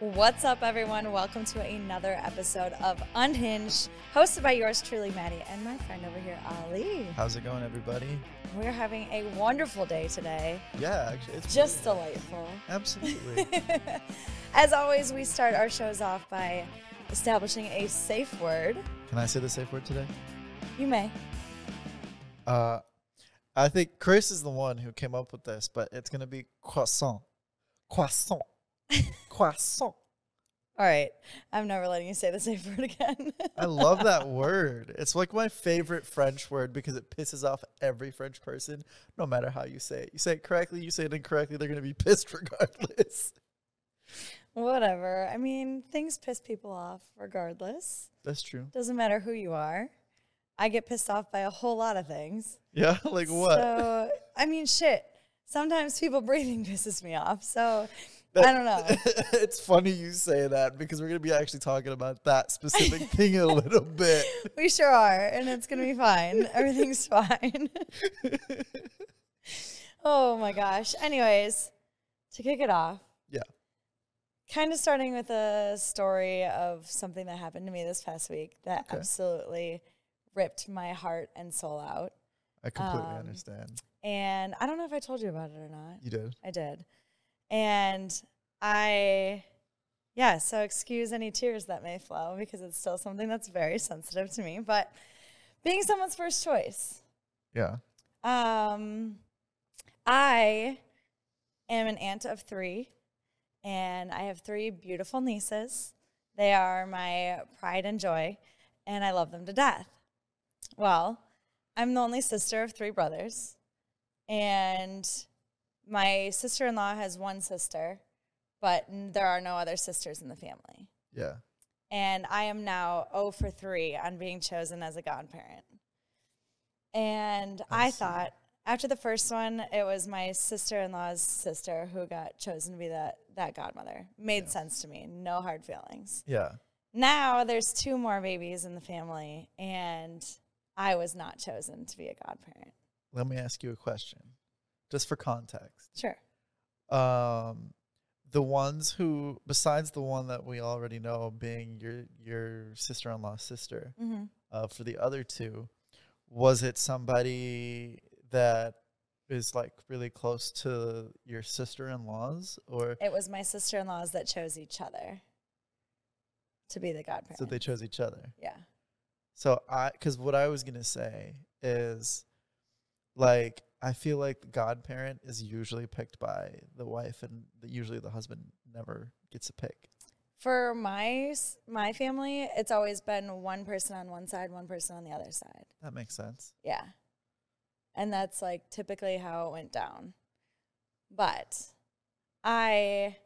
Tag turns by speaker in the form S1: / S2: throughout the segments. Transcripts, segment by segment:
S1: What's up, everyone? Welcome to another episode of Unhinged, hosted by yours truly, Maddie, and my friend over here, Ali.
S2: How's it going, everybody?
S1: We're having a wonderful day today.
S2: Yeah, actually, it's
S1: Just
S2: pretty-
S1: delightful.
S2: absolutely.
S1: As always, we start our shows off by establishing a safe word.
S2: Can I say the safe word today?
S1: You may.
S2: Uh, I think Chris is the one who came up with this, but it's gonna be croissant, croissant, croissant.
S1: All right. I'm never letting you say the safe word again.
S2: I love that word. It's like my favorite French word because it pisses off every French person, no matter how you say it. You say it correctly, you say it incorrectly, they're gonna be pissed regardless.
S1: Whatever. I mean, things piss people off regardless.
S2: That's true.
S1: Doesn't matter who you are. I get pissed off by a whole lot of things.
S2: Yeah, like what?
S1: So, I mean, shit. Sometimes people breathing pisses me off. So, I
S2: That-
S1: don't know.
S2: it's funny you say that because we're going to be actually talking about that specific thing in a little bit.
S1: We sure are, and it's gonna be fine. Everything's fine. oh my gosh. Anyways, to kick it off,
S2: Yeah.
S1: kind of starting with a story of something that happened to me this past week that
S2: Okay.
S1: absolutely ripped my heart and soul out.
S2: I completely
S1: Um,
S2: understand.
S1: And I don't know if I told you about it or not.
S2: You did.
S1: I did. And I, yeah, so excuse any tears that may flow because it's still something that's very sensitive to me. But being someone's first choice,
S2: Yeah.
S1: um, I am an aunt of three, and I have three beautiful nieces. They are my pride and joy, and I love them to death. Well, I'm the only sister of three brothers, and my sister in law has one sister, but n- there are no other sisters in the family.
S2: Yeah.
S1: And I am now 0 for 3 on being chosen as a godparent. And I,
S2: I see.
S1: thought after the first one, it was my sister in law's sister who got chosen to be that, that godmother. Made sense to me. No hard feelings.
S2: Yeah.
S1: Now there's two more babies in the family, and I was not chosen to be a godparent.
S2: Let me ask you a question just for context.
S1: Sure.
S2: Um, the ones who, besides the one that we already know being your, your sister in law's sister,
S1: Mm-hmm.
S2: uh, for the other two, was it somebody that is like really close to your sister in laws or
S1: It was my sister in laws that chose each other to be the godparent.
S2: so they chose each other?
S1: yeah.
S2: So I, because what I was gonna say is, like, I feel like the godparent is usually picked by the wife, and the, usually the husband never gets to pick.
S1: For my s- my family, it's always been one person on one side, one person on the other side.
S2: That makes sense.
S1: Yeah. And that's like typically how it went down. But I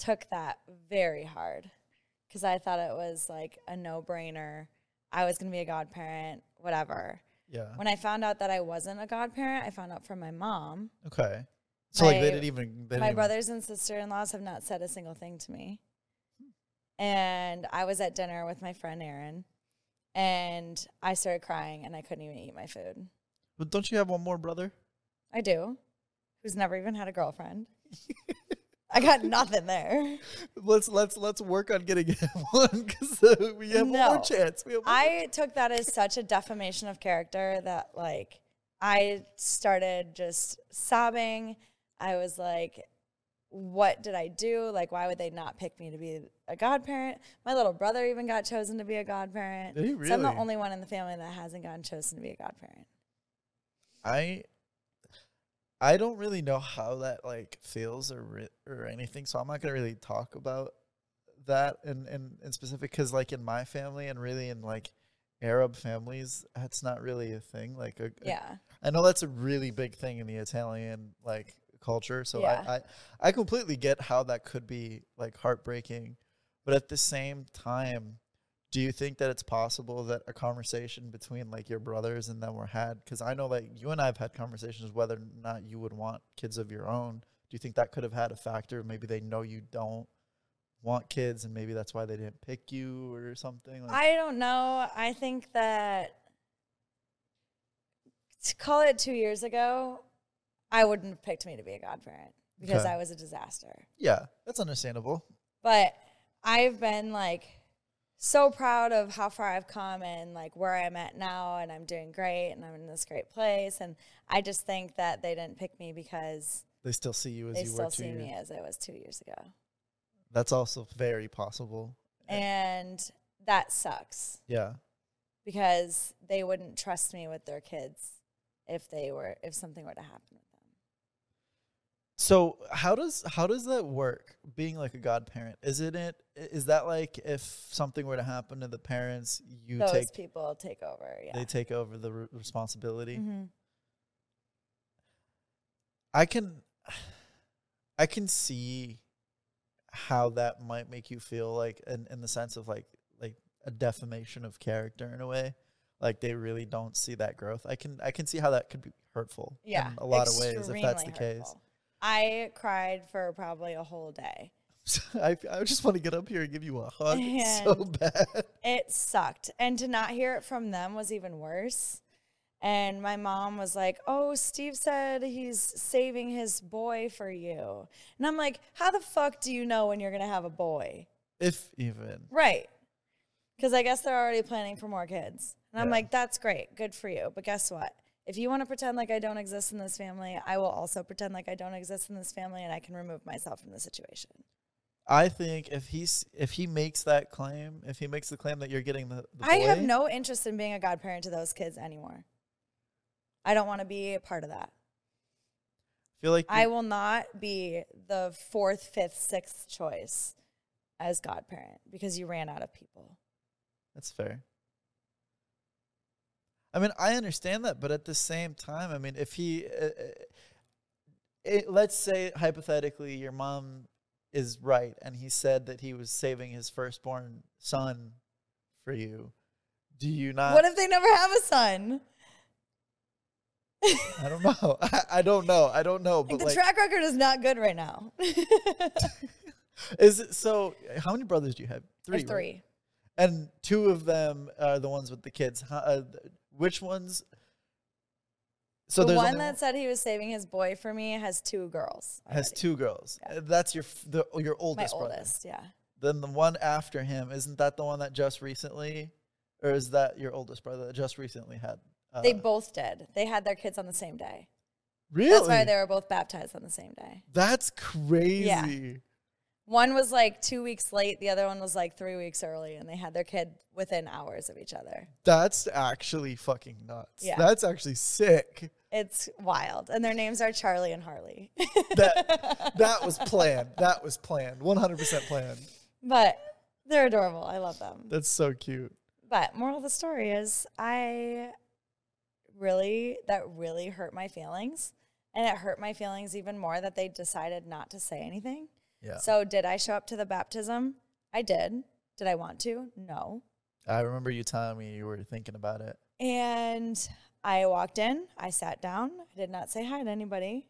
S1: took that very hard because I thought it was like a no brainer. I was going to be a godparent, whatever.
S2: Yeah.
S1: When I found out that I wasn't a godparent, I found out from my mom.
S2: Okay. So like they
S1: My-
S2: didn't even. They didn't
S1: my
S2: even-
S1: brothers and sister-in-laws have not said a single thing to me and i was at dinner with my friend aaron and i started crying and i couldn't even eat my food
S2: But don't you have one more brother?
S1: i do who's never even had a girlfriend i got nothing there
S2: Let's let's let's work on getting him one because uh, we have one
S1: No.
S2: more chance. We have one more-
S1: i took that as such a defamation of character that like i started just sobbing i was like what did I do? Like, why would they not pick me to be a godparent? My little brother even got chosen to be a godparent.
S2: Did he
S1: So I'm the
S2: really?
S1: only one in the family that hasn't gotten chosen to be a godparent.
S2: I I don't really know how that like feels or re- or anything, so I'm not gonna really talk about that in in, in specific because like in my family and really in like Arab families, that's not really a thing. Like a, a-
S1: Yeah.
S2: I know that's a really big thing in the Italian like culture, so
S1: Yeah.
S2: I, I I completely get how that could be like heartbreaking, but at the same time. Do you think that it's possible that a conversation between like your brothers and them were had? Because I know like you and I have had conversations whether or not you would want kids of your own. Do you think that could have had a factor? Maybe they know you don't want kids, and maybe that's why they didn't pick you or something. Like,
S1: I don't know. I think that to call it two years ago, I wouldn't have picked me to be a godparent because
S2: Okay.
S1: I was a disaster.
S2: yeah, that's understandable.
S1: But I've been like so proud of how far I've come and like where I'm at now and I'm doing great and I'm in this great place and I just think that they didn't pick me because
S2: They still see you as
S1: they
S2: you
S1: still
S2: were two
S1: see
S2: years.
S1: me as I was 2 years ago.
S2: That's also very possible.
S1: And that sucks
S2: Yeah.
S1: because they wouldn't trust me with their kids if they were if something were to happen with them.
S2: So how does how does that work? Being like a godparent, isn't it? i- Is that like if something were to happen to the parents, you
S1: Those
S2: take
S1: people take over, yeah.
S2: they take over the re- responsibility.
S1: Mhm.
S2: I can I can see how that might make you feel like in, in the sense of like like a defamation of character in a way. Like they really don't see that growth. I can I can see how that could be hurtful
S1: yeah,
S2: in a lot of ways if that's the
S1: extremely hurtful. I cried for probably a whole day.
S2: case. I I just want to get up here and give you a hug so bad.
S1: It sucked, and to not hear it from them was even worse. And my mom was like, "Oh, Steve said he's saving his boy for you," and I'm like, "How the fuck do you know when you're gonna have a boy?"
S2: If even.
S1: Right. Because I guess they're already planning for more kids. And I'm
S2: Yeah.
S1: like, that's great. Good for you. But guess what? If you want to pretend like I don't exist in this family, I will also pretend like I don't exist in this family and I can remove myself from the situation.
S2: I think if he's if he makes that claim, if he makes the claim that you're getting the, the
S1: I have
S2: boy,
S1: no interest in being a godparent to those kids anymore. I don't want to be a part of that.
S2: feel like
S1: I will not be the fourth, fifth, sixth choice as godparent because you ran out of people.
S2: That's fair. I mean, I understand that, but at the same time, I mean, if he, uh, uh, it, let's say hypothetically, your mom is right, and he said that he was saving his firstborn son for you. Do you not?
S1: what if they never have a son?
S2: I don't know. I, I don't know. I don't know.
S1: Like,
S2: But
S1: the
S2: like,
S1: track record is not good right now.
S2: is it so? How many brothers do you have?
S1: There's
S2: right?
S1: three.
S2: And two of them are the ones with the kids. Huh? Uh, th- which ones? So
S1: the
S2: there's
S1: one
S2: only
S1: that said he was saving his boy for me has two girls.
S2: has
S1: already.
S2: two girls. Uh, That's your f- the, your
S1: My
S2: oldest brother.
S1: oldest, yeah.
S2: Then the one after him isn't that the one that just recently, or is that your oldest brother that just recently had? Uh,
S1: they both did. They had their kids on the same day.
S2: really.
S1: That's why they were both baptized on the same day.
S2: That's crazy.
S1: One was like two weeks late, the other one was like three weeks early, and they had their kid within hours of each other.
S2: That's actually fucking nuts.
S1: Yeah.
S2: That's actually sick.
S1: It's wild. And their names are Charlie and Harley.
S2: That that was planned. That was planned. One hundred percent planned.
S1: but they're adorable. I love them.
S2: That's so cute.
S1: But moral of the story is I really that really hurt my feelings. And it hurt my feelings even more that they decided not to say anything.
S2: Yeah.
S1: So did I show up to the baptism? I did. Did I want to? No.
S2: I remember you telling me you were thinking about it.
S1: And I walked in, I sat down, I did not say hi to anybody.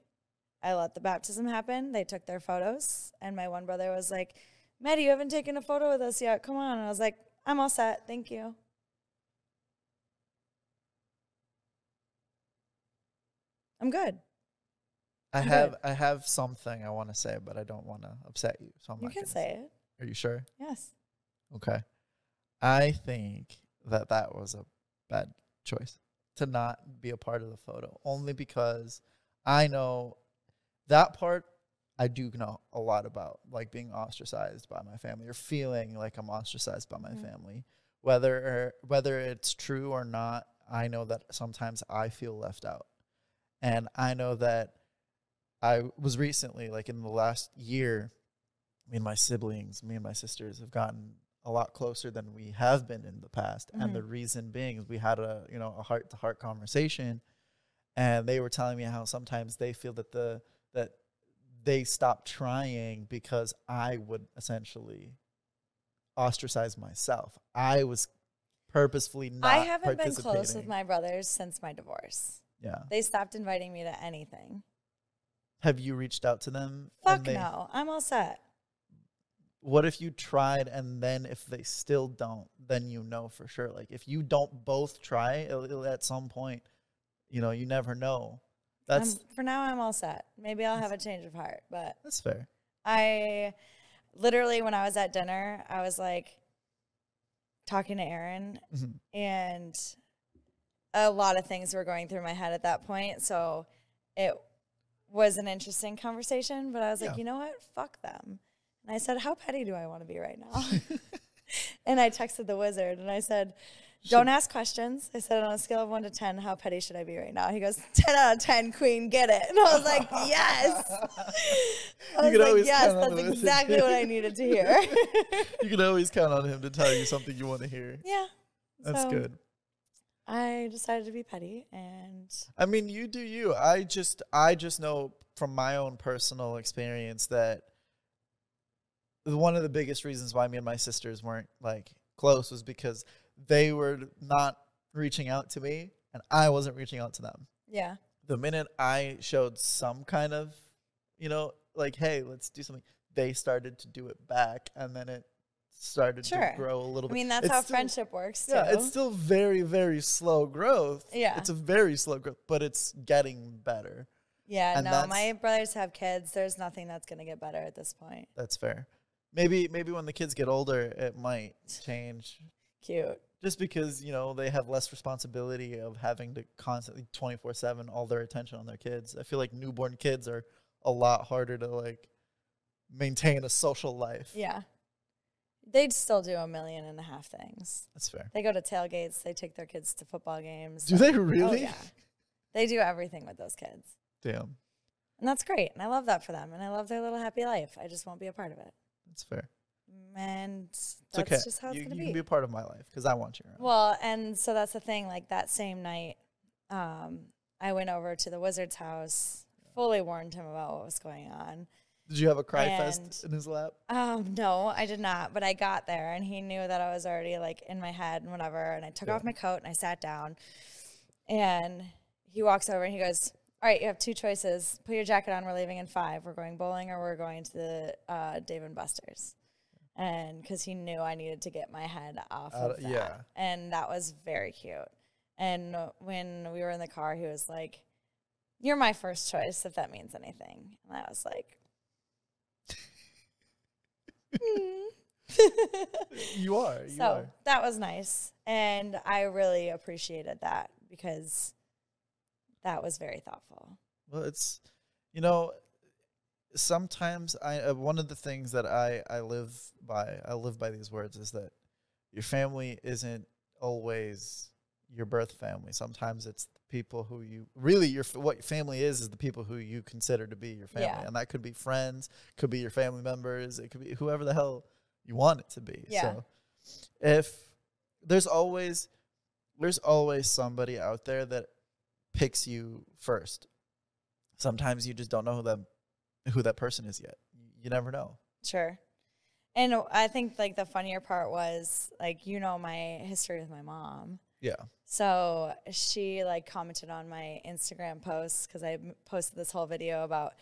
S1: I let the baptism happen. They took their photos, and my one brother was like, Maddie, you haven't taken a photo with us yet. Come on. And I was like, I'm all set. Thank you. I'm good.
S2: I
S1: Good.
S2: have I have something I want to say, but I don't want to upset you. So I'm
S1: You
S2: not
S1: can
S2: gonna
S1: say it.
S2: Are you sure?
S1: Yes.
S2: Okay. I think that that was a bad choice to not be a part of the photo, only because I know that part I do know a lot about, like being ostracized by my family or feeling like I'm ostracized by my
S1: Mhm.
S2: family. Whether or, whether it's true or not, I know that sometimes I feel left out. And I know that I was recently, like in the last year, me and my siblings, me and my sisters have gotten a lot closer than we have been in the past. And
S1: Mm-hmm.
S2: the reason being is we had a, you know, a heart to heart conversation and they were telling me how sometimes they feel that the that they stopped trying because I would essentially ostracize myself. I was purposefully not
S1: I haven't been close with
S2: participating.
S1: my brothers since my divorce.
S2: Yeah.
S1: They stopped inviting me to anything.
S2: Have you reached out to them?
S1: Fuck
S2: and they-
S1: no. I'm all set.
S2: what if you tried and then if they still don't then you know for sure like if you don't both try it'll, it'll at some point you know you never know that's
S1: Um, I'm- for now, I'm all set. Maybe I'll have a change of heart, but
S2: that's fair
S1: I literally when I was at dinner, I was like talking to Aaron
S2: Mhm.
S1: and a lot of things were going through my head at that point. So it was an interesting conversation, but I was
S2: Yeah.
S1: like, you know what? Fuck them. And I said, how petty do I want to be right now? and I texted the wizard and I said, don't ask questions. I said, on a scale of one to 10, how petty should I be right now? He goes, 10 out of 10, queen, get it. And I was like, yes. I
S2: You
S1: was
S2: could
S1: like,
S2: always
S1: yes,
S2: count on the
S1: that's
S2: wizard.
S1: exactly what I needed to hear.
S2: you can always count on him to tell you something you want to hear.
S1: yeah.
S2: That's
S1: So,
S2: good.
S1: I decided to be petty and
S2: I mean, you do you. I just I just know from my own personal experience that the- one of the biggest reasons why me and my sisters weren't like close was because they were not reaching out to me and I wasn't reaching out to them.
S1: yeah.
S2: The minute I showed some kind of, you know, like hey, let's do something, they started to do it back and then it started
S1: Sure.
S2: to grow a little
S1: I
S2: bit.
S1: mean, that's
S2: It's
S1: how
S2: still-
S1: friendship works too.
S2: yeah, it's still very, very slow growth.
S1: Yeah.
S2: It's a very slow growth, but it's getting better.
S1: Yeah,
S2: and
S1: no,
S2: that's-
S1: my brothers have kids. There's nothing that's going to get better at this point.
S2: That's fair. Maybe maybe when the kids get older it might change.
S1: Cute.
S2: Just because, you know, they have less responsibility of having to constantly twenty four seven all their attention on their kids. I feel like newborn kids are a lot harder to like maintain a social life.
S1: Yeah. They'd still do a million and a half things.
S2: That's fair.
S1: They go to tailgates, they take their kids to football games.
S2: Do
S1: like-
S2: they really?
S1: Oh, yeah. They do everything with those kids.
S2: Damn.
S1: And that's great. And I love that for them. And I love their little happy life. I just won't be a part of it.
S2: That's fair.
S1: And that's
S2: It's okay.
S1: just how it's
S2: you
S1: going
S2: you
S1: to
S2: can be a part of my life because I want you around.
S1: Well, and so that's the thing. Like that same night, um, I went over to the wizard's house, fully warned him about what was going on.
S2: Did you have a cry fest
S1: and-
S2: in his lap?
S1: Um, no, I did not. But I got there, and he knew that I was already like in my head and whatever. And I took
S2: Yeah.
S1: off my coat and I sat down. And he walks over and he goes, "All right, you have two choices. Put your jacket on. We're leaving in five. We're going bowling, or we're going to the uh, Dave and Buster's." And because he knew I needed to get my head off of
S2: Out of-
S1: that,
S2: yeah.
S1: and that was very cute. And when we were in the car, he was like, "You're my first choice, if that means anything." And I was like, "Hmm."
S2: You are. You
S1: So
S2: are.
S1: that was nice. And I really appreciated that because that was very thoughtful.
S2: Well, it's you know sometimes I uh, one of the things that I I live by I live by these words is that your family isn't always your birth family. Sometimes it's the people who you really your f- what family is is the people who you consider to be your family,
S1: Yeah.
S2: and that could be friends, could be your family members, it could be whoever the hell you want it to be.
S1: Yeah.
S2: So if there's always there's always somebody out there that picks you first. Sometimes you just don't know who that who that person is yet. You never know.
S1: Sure. And I think like the funnier part was like you know my history with my mom.
S2: Yeah.
S1: So she like commented on my Instagram posts because I m- posted this whole video about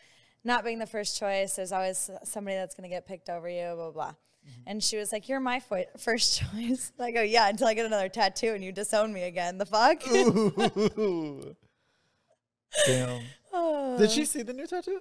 S1: not being the first choice. There's always s- somebody that's going to get picked over you, blah, blah.
S2: Mm-hmm.
S1: And she was like, You're my fo- first choice. And I go, Yeah, until I get another tattoo and you disown me again. The fuck?
S2: Damn. Did she see the new tattoo?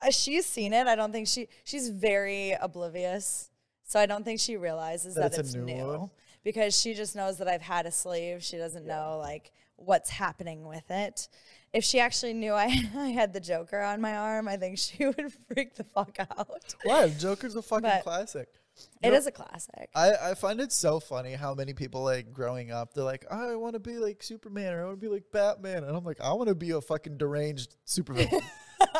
S1: Uh, she's seen it. I don't think she she's very oblivious. So I don't think she realizes
S2: That
S1: that,
S2: it's a
S1: it's
S2: new
S1: new,
S2: one?
S1: because she just knows that I've had a sleeve. She doesn't know like what's happening with it. If she actually knew I, I had the Joker on my arm, I think she would freak the fuck out.
S2: Why? Joker's a fucking
S1: But-
S2: classic.
S1: It
S2: know-
S1: is a classic.
S2: I, I find it so funny how many people like growing up, they're like, "Oh, I want to be like Superman or I want to be like Batman. And I'm like, I want to be a fucking deranged supervillain.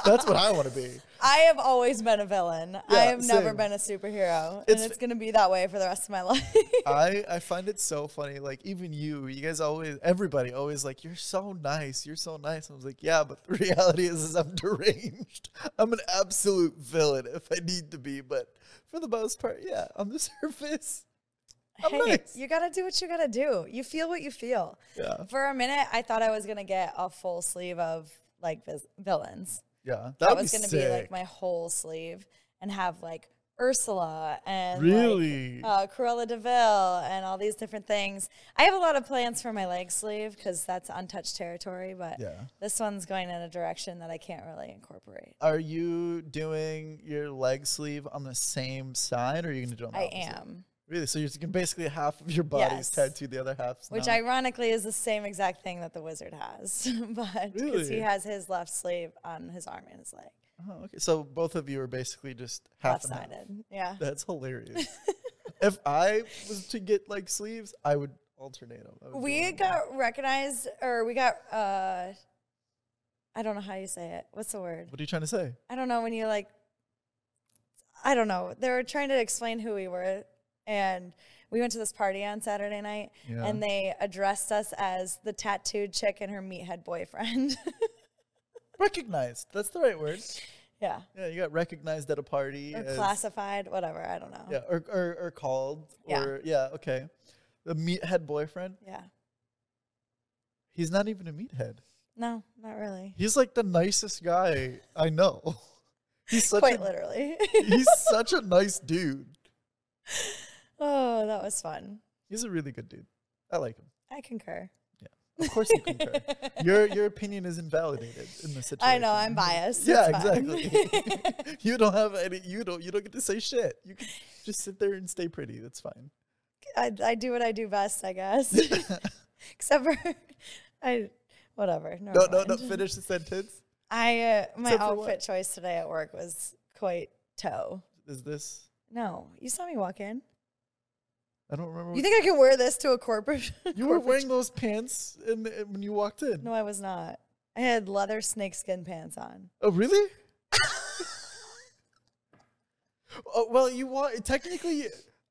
S2: That's what I want to be.
S1: I have always been a villain. I
S2: Yeah,
S1: have never
S2: same.
S1: been a superhero,
S2: It's-
S1: and it's gonna be that way for the rest of my life.
S2: I, I find it so funny. Like even you, you guys always, everybody always like, you're so nice, you're so nice. I was like, yeah, but the reality is, is I'm deranged. I'm an absolute villain if I need to be, but for the most part, yeah, on the surface, I'm
S1: hey,
S2: Oh, nice.
S1: you gotta do what you gotta do. You feel what you feel.
S2: yeah,
S1: For a minute, I thought I was gonna get a full sleeve of like vis- villains.
S2: yeah.
S1: That
S2: would
S1: was gonna be
S2: sick.
S1: like my whole sleeve and have like Ursula and like,
S2: really?
S1: uh, Cruella Deville and all these different things. I have a lot of plans for my leg sleeve because that's untouched territory, but
S2: yeah.
S1: this one's going in a direction that I can't really incorporate.
S2: Are you doing your leg sleeve on the same side, or are you gonna do it on the
S1: I
S2: opposite?
S1: am,
S2: Really? So you're taking basically half of your body's
S1: Yes.
S2: tattooed, the other half's
S1: which
S2: not?
S1: ironically is the same exact thing that the wizard has, but because
S2: Really?
S1: he has his left sleeve on his arm and his leg,
S2: Oh, okay. So both of you are basically just half
S1: left
S2: and half.
S1: sided. Yeah.
S2: That's hilarious. if I was to get like sleeves, I would alternate them. I would do
S1: We
S2: them.
S1: got recognized, or we got, uh, I don't know how you say it. What's the word?
S2: What are you trying to say?
S1: I don't know when you like I don't know. They were trying to explain who we were and we went to this party on Saturday night
S2: Yeah.
S1: and they addressed us as the tattooed chick and her meathead boyfriend.
S2: Recognized. That's the right word.
S1: yeah.
S2: Yeah, you got recognized at a party.
S1: Or
S2: as-
S1: classified, whatever, I don't know.
S2: Yeah, or, or, or called.
S1: Yeah.
S2: Or, yeah, okay. The meathead boyfriend.
S1: Yeah.
S2: He's not even a meathead.
S1: No, not really.
S2: He's like the nicest guy I know. He's such
S1: Quite
S2: a,
S1: literally.
S2: he's such a nice dude.
S1: oh, that was fun.
S2: He's a really good dude. I like him.
S1: I concur.
S2: Of course you concur. your your opinion is invalidated in this situation.
S1: I know, I'm biased.
S2: Yeah,
S1: It's fine.
S2: exactly. you don't have any you don't you don't get to say shit. You can just sit there and stay pretty. That's fine.
S1: I, I do what I do best, I guess. Except for I whatever.
S2: No,
S1: never
S2: no, no,
S1: mind.
S2: finish the sentence.
S1: I uh, my
S2: Except for
S1: outfit
S2: what?
S1: choice today at work was quite toe.
S2: Is this
S1: No, you saw me walk in.
S2: I don't remember
S1: You think I could wear this to a corporate?
S2: what- you were wearing those pants in, the- when you walked in.
S1: No, I was not. I had leather snakeskin pants on.
S2: Oh, really? oh, well, you walk technically.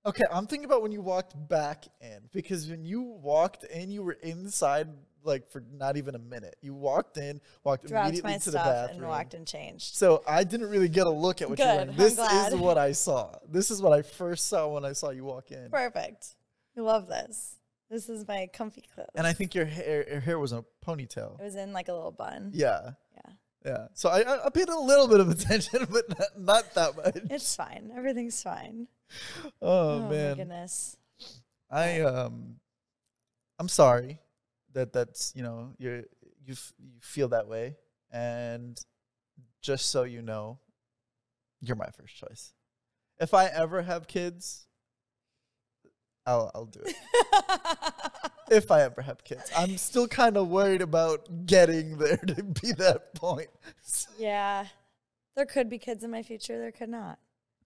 S2: Okay, I'm thinking about when you walked back in because when you walked in, you were inside like for not even a minute. You walked in, walked
S1: Dropped
S2: immediately
S1: my
S2: to the
S1: stuff
S2: bathroom,
S1: and walked and changed.
S2: So I didn't really get a look at what you were
S1: Good,
S2: wearing.
S1: I'm
S2: This
S1: glad.
S2: is what I saw. This is what I first saw when I saw you walk in.
S1: Perfect. I love this. This is my comfy clothes.
S2: And I think your hair, your hair was a ponytail.
S1: it was in like a little bun.
S2: Yeah,
S1: Yeah.
S2: yeah. So I, I, I paid a little bit of attention, but not, not that much.
S1: It's fine. Everything's fine.
S2: Oh,
S1: my
S2: man.
S1: goodness.
S2: I um, I'm sorry that that's you know you're you f- you feel that way, and just so you know, you're my first choice. If I ever have kids, I'll I'll do it. if I ever have kids, I'm still kind of worried about getting there to be that point.
S1: yeah. There could be kids in my future. There could not.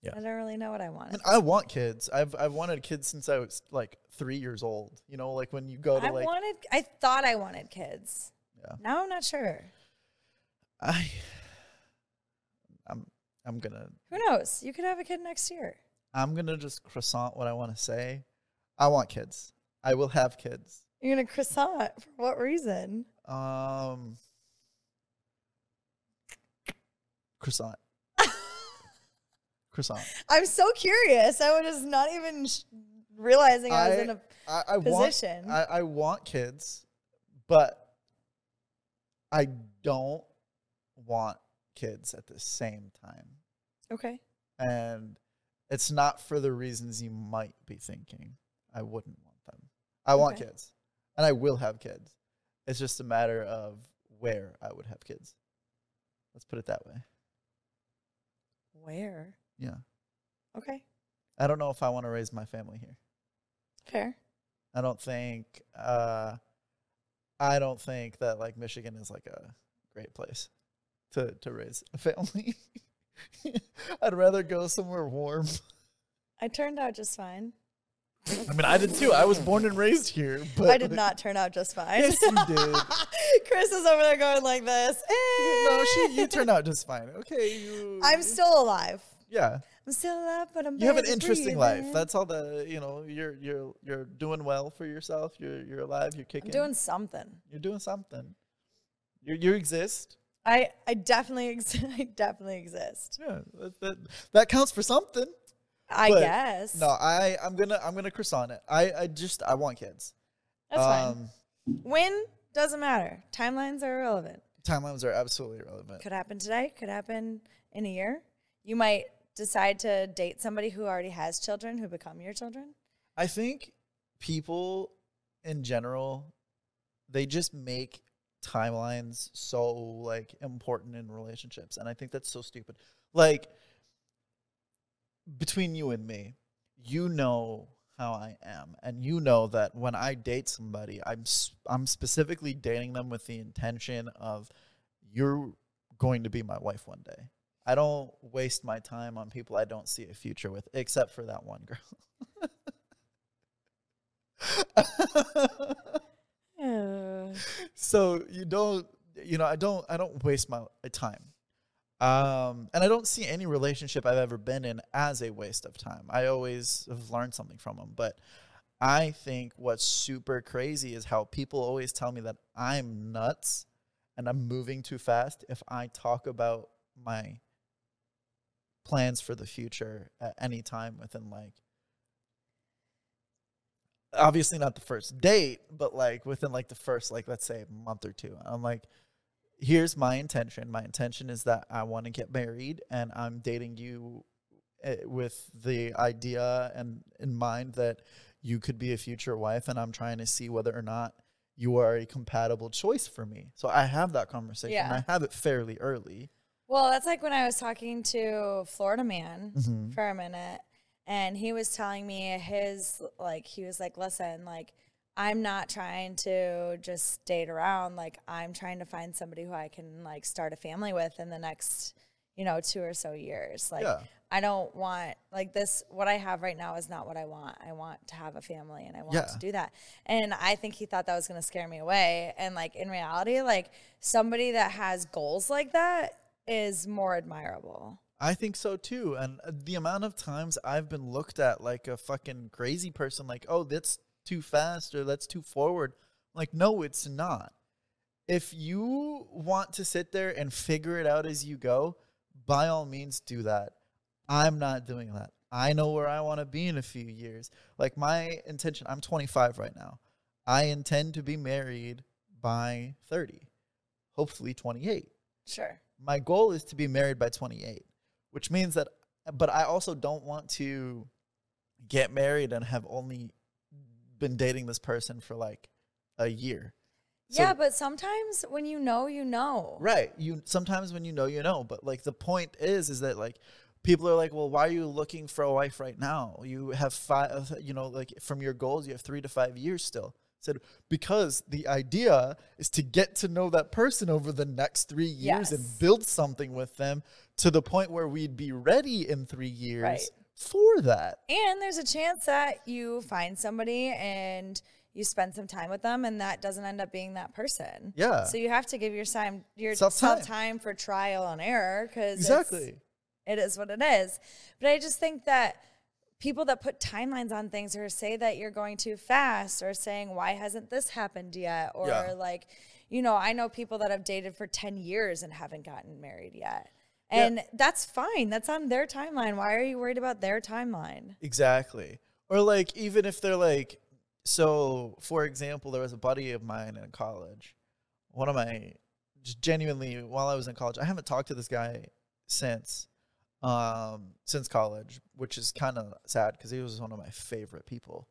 S2: Yeah.
S1: I don't really know what I want.
S2: I mean, I want kids. I've I've wanted kids since I was like three years old. You know, like when you go to
S1: I
S2: like
S1: wanted. I thought I wanted kids.
S2: Yeah.
S1: Now I'm not sure.
S2: I, I'm I'm gonna
S1: Who knows? You could have a kid next year.
S2: I'm gonna just croissant what I want to say. I want kids. I will have kids.
S1: You're gonna croissant for what reason?
S2: Um, croissant. croissant.
S1: I'm so curious. I was not even sh- realizing I, was
S2: I-
S1: in a.
S2: I, I want.
S1: Position.
S2: I, I want kids, but I don't want kids at the same time,
S1: Okay.
S2: and it's not for the reasons you might be thinking. I wouldn't want them. I want
S1: Okay.
S2: kids, and I will have kids. It's just a matter of where I would have kids. Let's put it that way.
S1: Where?
S2: Yeah.
S1: Okay.
S2: I don't know if I want to raise my family here.
S1: Fair.
S2: I don't think uh I don't think that like Michigan is like a great place to to raise a family. I'd rather go somewhere warm.
S1: I turned out just fine.
S2: I mean, I did too. I was born and raised here, but
S1: I did not turn out just fine.
S2: Yes, you did.
S1: Chris is over there going like this.
S2: no, she,
S1: "Eh."
S2: you turned out just fine. Okay, you.
S1: I'm still alive.
S2: Yeah,
S1: I'm still alive, but I'm.
S2: you have an
S1: barely
S2: interesting life.
S1: breathing.
S2: That's all the you know. You're you're you're doing well for yourself. You're you're alive. You're
S1: I'm
S2: kicking.
S1: doing something.
S2: you're doing something. You you exist.
S1: I I definitely ex- I definitely exist.
S2: Yeah, that, that that counts for something.
S1: I
S2: But,
S1: guess.
S2: No, I I'm gonna I'm gonna croissant it. I I just I want kids.
S1: That's
S2: um,
S1: fine. When doesn't matter. Timelines are irrelevant.
S2: Timelines are absolutely irrelevant.
S1: Could happen today, could happen in a year. You might decide to date somebody who already has children who become your children?
S2: I think people in general, they just make timelines so like important in relationships, and I think that's so stupid. Like between you and me, you know how I am, and you know that when I date somebody, I'm s- I'm specifically dating them with the intention of you're going to be my wife one day. I don't waste my time on people I don't see a future with, except for that one girl. so you don't you know i don't i don't waste my time um and i don't see any relationship i've ever been in as a waste of time i always have learned something from them but i think what's super crazy is how people always tell me that i'm nuts and i'm moving too fast if i talk about my plans for the future at any time within like obviously not the first date, but like within like the first like let's say month or two. I'm like, here's my intention. My intention is that I want to get married and I'm dating you eh, with the idea and in mind that you could be a future wife and I'm trying to see whether or not you are a compatible choice for me. So I have that conversation.
S1: Yeah.
S2: I have it fairly early.
S1: Well, that's like when I was talking to Florida Man for a minute, and he was telling me his like he was like, listen, like I'm not trying to just date around. Like I'm trying to find somebody who I can like start a family with in the next you know two or so years. Like
S2: Yeah.
S1: I don't want like this. What I have right now is not what I want. I want to have a family, and I want
S2: Yeah.
S1: to do that. And I think he thought that was going to scare me away. And like in reality, like somebody that has goals like that is more admirable.
S2: I think so too. And uh, the amount of times I've been looked at like a fucking crazy person, like, oh, that's too fast or that's too forward. Like, no, it's not. If you want to sit there and figure it out as you go, by all means do that. I'm not doing that. I know where I want to be in a few years. Like, my intention, I'm 25 right now. I intend to be married by 30, hopefully 28
S1: Sure.
S2: my goal is to be married by 28 which means that but i also don't want to get married and have only been dating this person for like a year So-
S1: yeah, but sometimes when you know, you know.
S2: right you sometimes when you know you know but like the point is is that like people are like well why are you looking for a wife right now you have five uh, you know like from your goals you have three to five years still said because the idea is to get to know that person over the next three years and
S1: Yes.
S2: build something with them to the point where we'd be ready in three years
S1: Right.
S2: for that
S1: And there's a chance that you find somebody and you spend some time with them, and that doesn't end up being that person.
S2: Yeah.
S1: So you have to give your time, your
S2: Self
S1: self
S2: time.
S1: time, for trial and error, because
S2: exactly
S1: it is what it is. But I just think that people that put timelines on things or say that you're going too fast or saying, why hasn't this happened yet? Or
S2: Yeah.
S1: like, you know, I know people that have dated for 10 years and haven't gotten married yet.
S2: Yeah.
S1: And that's fine. That's on their timeline. Why are you worried about their timeline?
S2: Exactly. Or like even if they're like so for example, there was a buddy of mine in college. One of my just genuinely while I was in college, I haven't talked to this guy since um since college, which is kind of sad cuz he was one of my favorite people.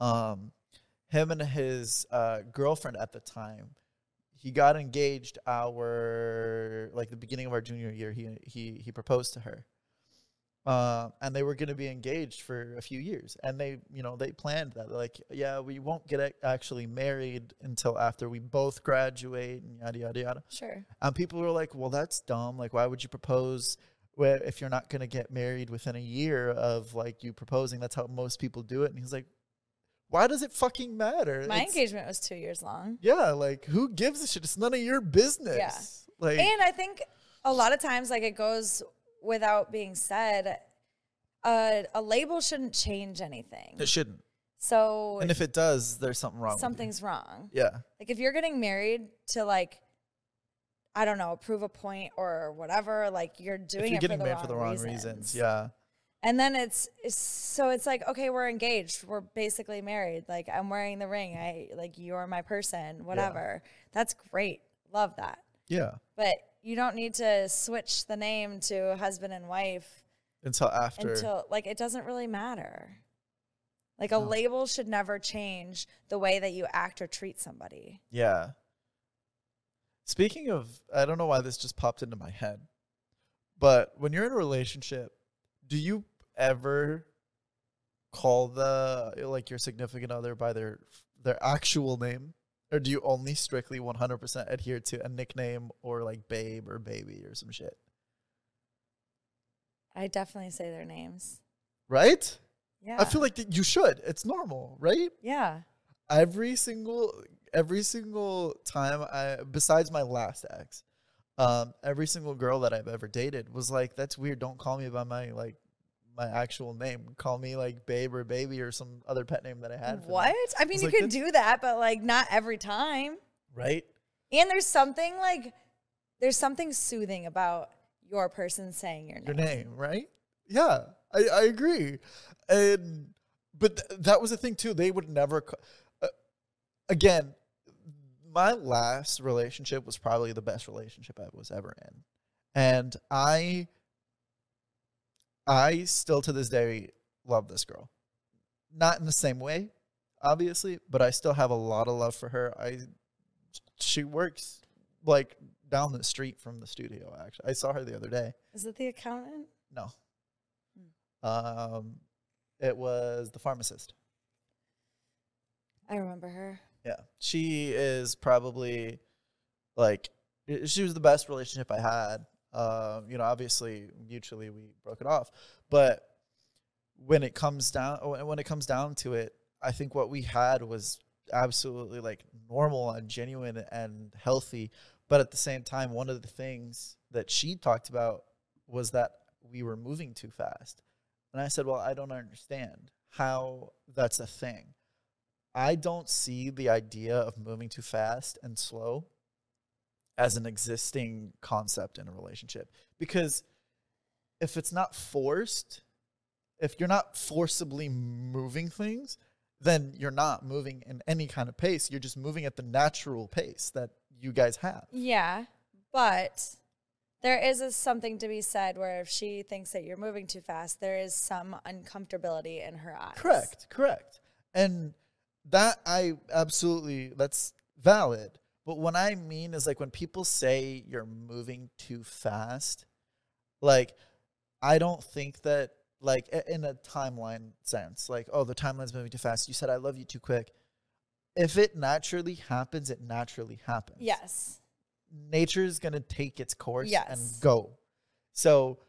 S2: Um him and his uh, girlfriend at the time he got engaged our like the beginning of our junior year he he he proposed to her uh, and they were going to be engaged for a few years and they you know they planned that They're like yeah we won't get ac- actually married until after we both graduate and yada yada yada
S1: Sure.
S2: and people were like well that's dumb like why would you propose where if you're not going to get married within a year of like you proposing that's how most people do it and he's like why does it fucking matter
S1: My
S2: It's-
S1: engagement was two years long.
S2: yeah, like who gives a shit? It's none of your business. Like
S1: And I think a lot of times, like, it goes without being said. Uh, a label shouldn't change anything.
S2: it shouldn't.
S1: So
S2: And if it does, there's something wrong. with you.
S1: something's wrong.
S2: Yeah.
S1: Like if you're getting married to like I don't know, prove a point or whatever, like you're doing
S2: If you're
S1: it
S2: getting
S1: for, the
S2: married for the wrong reasons. Yeah.
S1: And then it's, it's so it's like, okay, we're engaged. We're basically married. Like I'm wearing the ring. I like you're my person, whatever. That's great. Love that.
S2: Yeah.
S1: But you don't need to switch the name to husband and wife
S2: until after.
S1: until like it doesn't really matter. Like a
S2: No.
S1: label should never change the way that you act or treat somebody.
S2: yeah. Speaking of, I don't know why this just popped into my head, but when you're in a relationship, do you ever call the like your significant other by their their actual name, or do you only strictly 100% adhere to a nickname or like babe or baby or some shit?
S1: I definitely say their names.
S2: Right?
S1: Yeah.
S2: I feel like that you should. It's normal, right?
S1: yeah.
S2: every single every single time I besides my last ex, um, every single girl that I've ever dated was like, "That's weird. Don't call me by my like my actual name. Call me like babe or baby or some other pet name that I had." for them."
S1: What? I mean,
S2: It's
S1: you
S2: like,
S1: can
S2: that's-
S1: do that, but like not every time.
S2: Right?
S1: And there's something like there's something soothing about your person saying your name.
S2: Your name, right? Yeah, I, I agree, and but th- that was the thing too. They would never. c uh, again, my last relationship was probably the best relationship I was ever in, and I, I still to this day love this girl, not in the same way, obviously, but I still have a lot of love for her. I, she works like down the street from the studio. Actually, I saw her the other day.
S1: Is it the accountant?
S2: No. Um, it was the pharmacist.
S1: I remember her.
S2: Yeah. She is probably like i- she was the best relationship I had. Um, you know, obviously mutually we broke it off, but when it comes down when when it comes down to it, I think what we had was absolutely like normal and genuine and healthy, but at the same time one of the things that she talked about was that we were moving too fast. And I said, "Well, I don't understand how that's a thing." I don't see the idea of moving too fast and slow as an existing concept in a relationship because if it's not forced, if you're not forcibly moving things, then you're not moving in any kind of pace. You're just moving at the natural pace that you guys have.
S1: Yeah, but there is a, something to be said where if she thinks that you're moving too fast, there is some uncomfortability in her eyes.
S2: Correct, correct. And that I absolutely that's valid. But what I mean is like when people say you're moving too fast, like I don't think that like i- in a timeline sense, like oh the timeline's moving too fast. You said I love you too quick. If it naturally happens, it naturally happens
S1: Yes.
S2: nature is going to take its course and
S1: Yes.
S2: go. So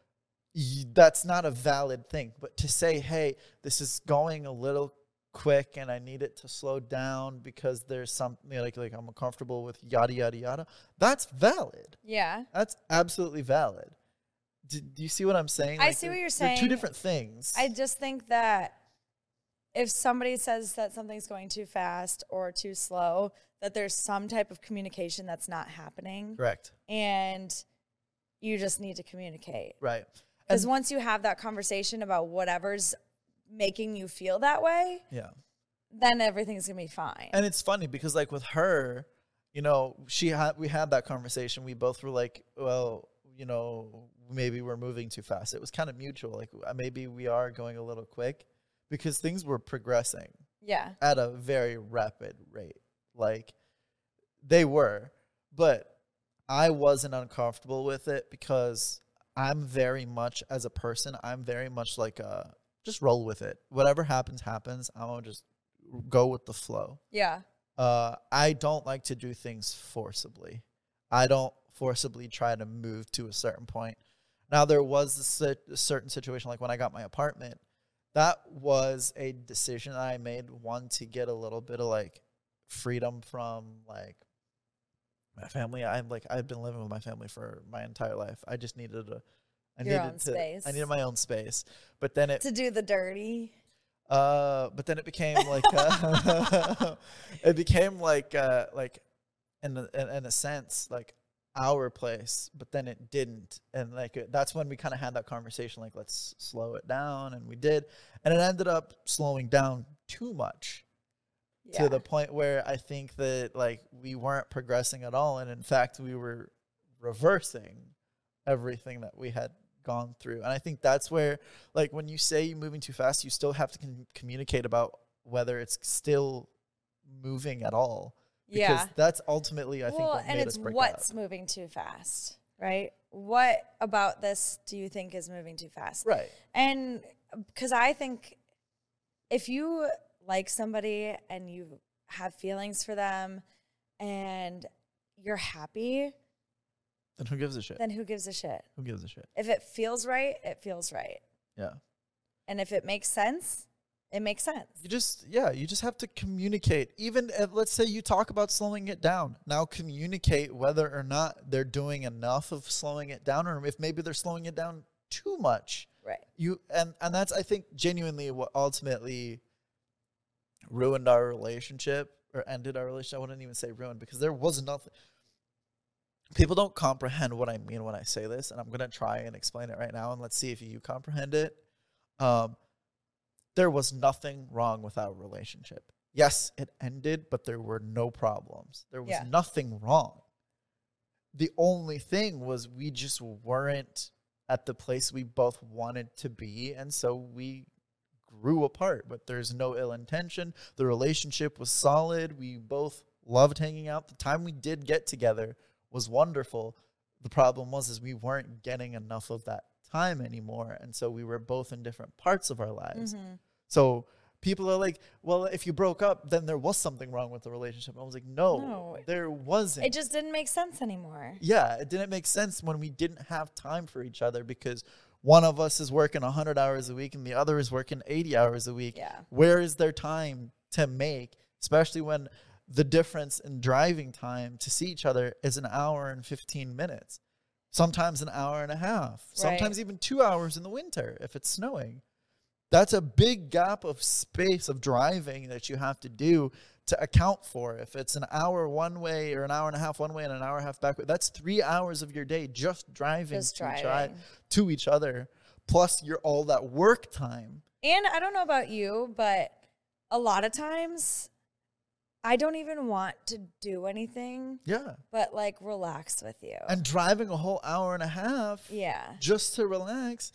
S2: y- that's not a valid thing. But to say, hey, this is going a little quick and I need it to slow down because there's something like like I'm uncomfortable with yada yada yada. That's valid.
S1: Yeah.
S2: That's absolutely valid. Do, do you see what I'm saying?
S1: I see
S2: they're-
S1: what you're
S2: they're Two
S1: saying.
S2: different things.
S1: I just think that if somebody says that something's going too fast or too slow, that there's some type of communication that's not happening.
S2: Correct.
S1: And you just need to communicate.
S2: Right.
S1: Because once you have that conversation about whatever's making you feel that way,
S2: Yeah.
S1: then everything's going to be fine.
S2: And it's funny because like with her, you know, she had we had that conversation. We both were like, well, you know, maybe we're moving too fast. It was kind of mutual. Like uh, maybe we are going a little quick because things were progressing
S1: yeah.
S2: at a very rapid rate. Like they were, but I wasn't uncomfortable with it because I'm very much as a person, I'm very much like uh just roll with it. Whatever happens happens. I'm going to just go with the flow
S1: Yeah.
S2: uh, I don't like to do things forcibly. I don't forcibly try to move to a certain point. Now, there was a, sit- a certain situation, like when I got my apartment, that was a decision that I made, one, to get a little bit of like freedom from like my family. I'm like, I've been living with my family for my entire life. I just needed a, I
S1: Your
S2: needed
S1: own
S2: to,
S1: space.
S2: I needed my own space. But then it
S1: To do the dirty.
S2: uh, but then it became like uh, it became like uh, like in, a, in in a sense like our place, but then it didn't, and like it- that's when we kind of had that conversation like let's slow it down, and we did, and it ended up slowing down too much
S1: Yeah.
S2: to the point where I think that like we weren't progressing at all, and in fact we were reversing everything that we had gone through. And I think that's where, like, when you say you're moving too fast, you still have to com- communicate about whether it's still moving at all. Because
S1: yeah.
S2: that's ultimately, I think,
S1: well,
S2: what
S1: and
S2: made
S1: it's
S2: us break
S1: what's
S2: up.
S1: moving too fast, right? What about this do you think is moving too fast?
S2: Right.
S1: And because I think if you like somebody and you have feelings for them and you're happy,
S2: Then who gives a shit?
S1: then who gives a shit?
S2: who gives a shit?
S1: If it feels right, it feels right.
S2: Yeah.
S1: And if it makes sense, it makes sense.
S2: You just, yeah, you just have to communicate. Even if, let's say you talk about slowing it down. Now communicate whether or not they're doing enough of slowing it down or if maybe they're slowing it down too much.
S1: Right.
S2: you and and that's i think genuinely what ultimately ruined our relationship or ended our relationship i wouldn't even say ruined because there was nothing people don't comprehend what i mean when i say this and i'm going to try and explain it right now and let's see if you comprehend it um there was nothing wrong with our relationship yes it ended but there were no problems there was
S1: Yeah.
S2: nothing wrong the only thing was we just weren't at the place we both wanted to be and so we grew apart but there's no ill intention the relationship was solid we both loved hanging out the time we did get together was wonderful the problem was is we weren't getting enough of that time anymore and so we were both in different parts of our lives so people are like well if you broke up then there was something wrong with the relationship i was like no,
S1: No.
S2: there wasn't
S1: It just didn't make sense anymore.
S2: yeah, it didn't make sense when we didn't have time for each other because one of us is working 100 hours a week and the other is working 80 hours a week.
S1: Yeah.
S2: Where is their time to make, especially when the difference in driving time to see each other is an hour and 15 minutes? Sometimes an hour and a half, sometimes
S1: Right.
S2: even two hours in the winter if it's snowing. That's a big gap of space of driving that you have to do to account for. If it's an hour one way or an hour and a half one way and an hour and a half back way, that's three hours of your day just driving,
S1: Just
S2: to, each
S1: driving.
S2: o- to each other, plus your all that work time.
S1: And I don't know about you, but a lot of times I don't even want to do anything
S2: Yeah.
S1: but like relax with you.
S2: And driving a whole hour and a half
S1: yeah.
S2: just to relax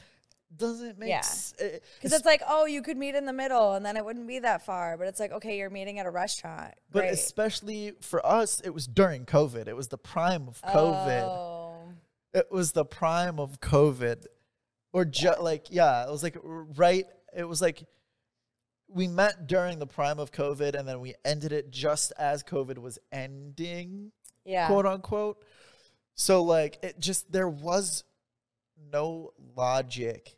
S2: doesn't make
S1: Yeah.
S2: sense. It,
S1: Because it's like, oh, you could meet in the middle and then it wouldn't be that far. But it's like, okay, you're meeting at a restaurant.
S2: but
S1: Great.
S2: especially for us, it was during COVID. It was the prime of COVID.
S1: Oh,
S2: it was the prime of COVID, or ju- like yeah, it was like r- right. It was like we met during the prime of COVID, and then we ended it just as COVID was ending,
S1: yeah.
S2: quote unquote. So like it just there was no logic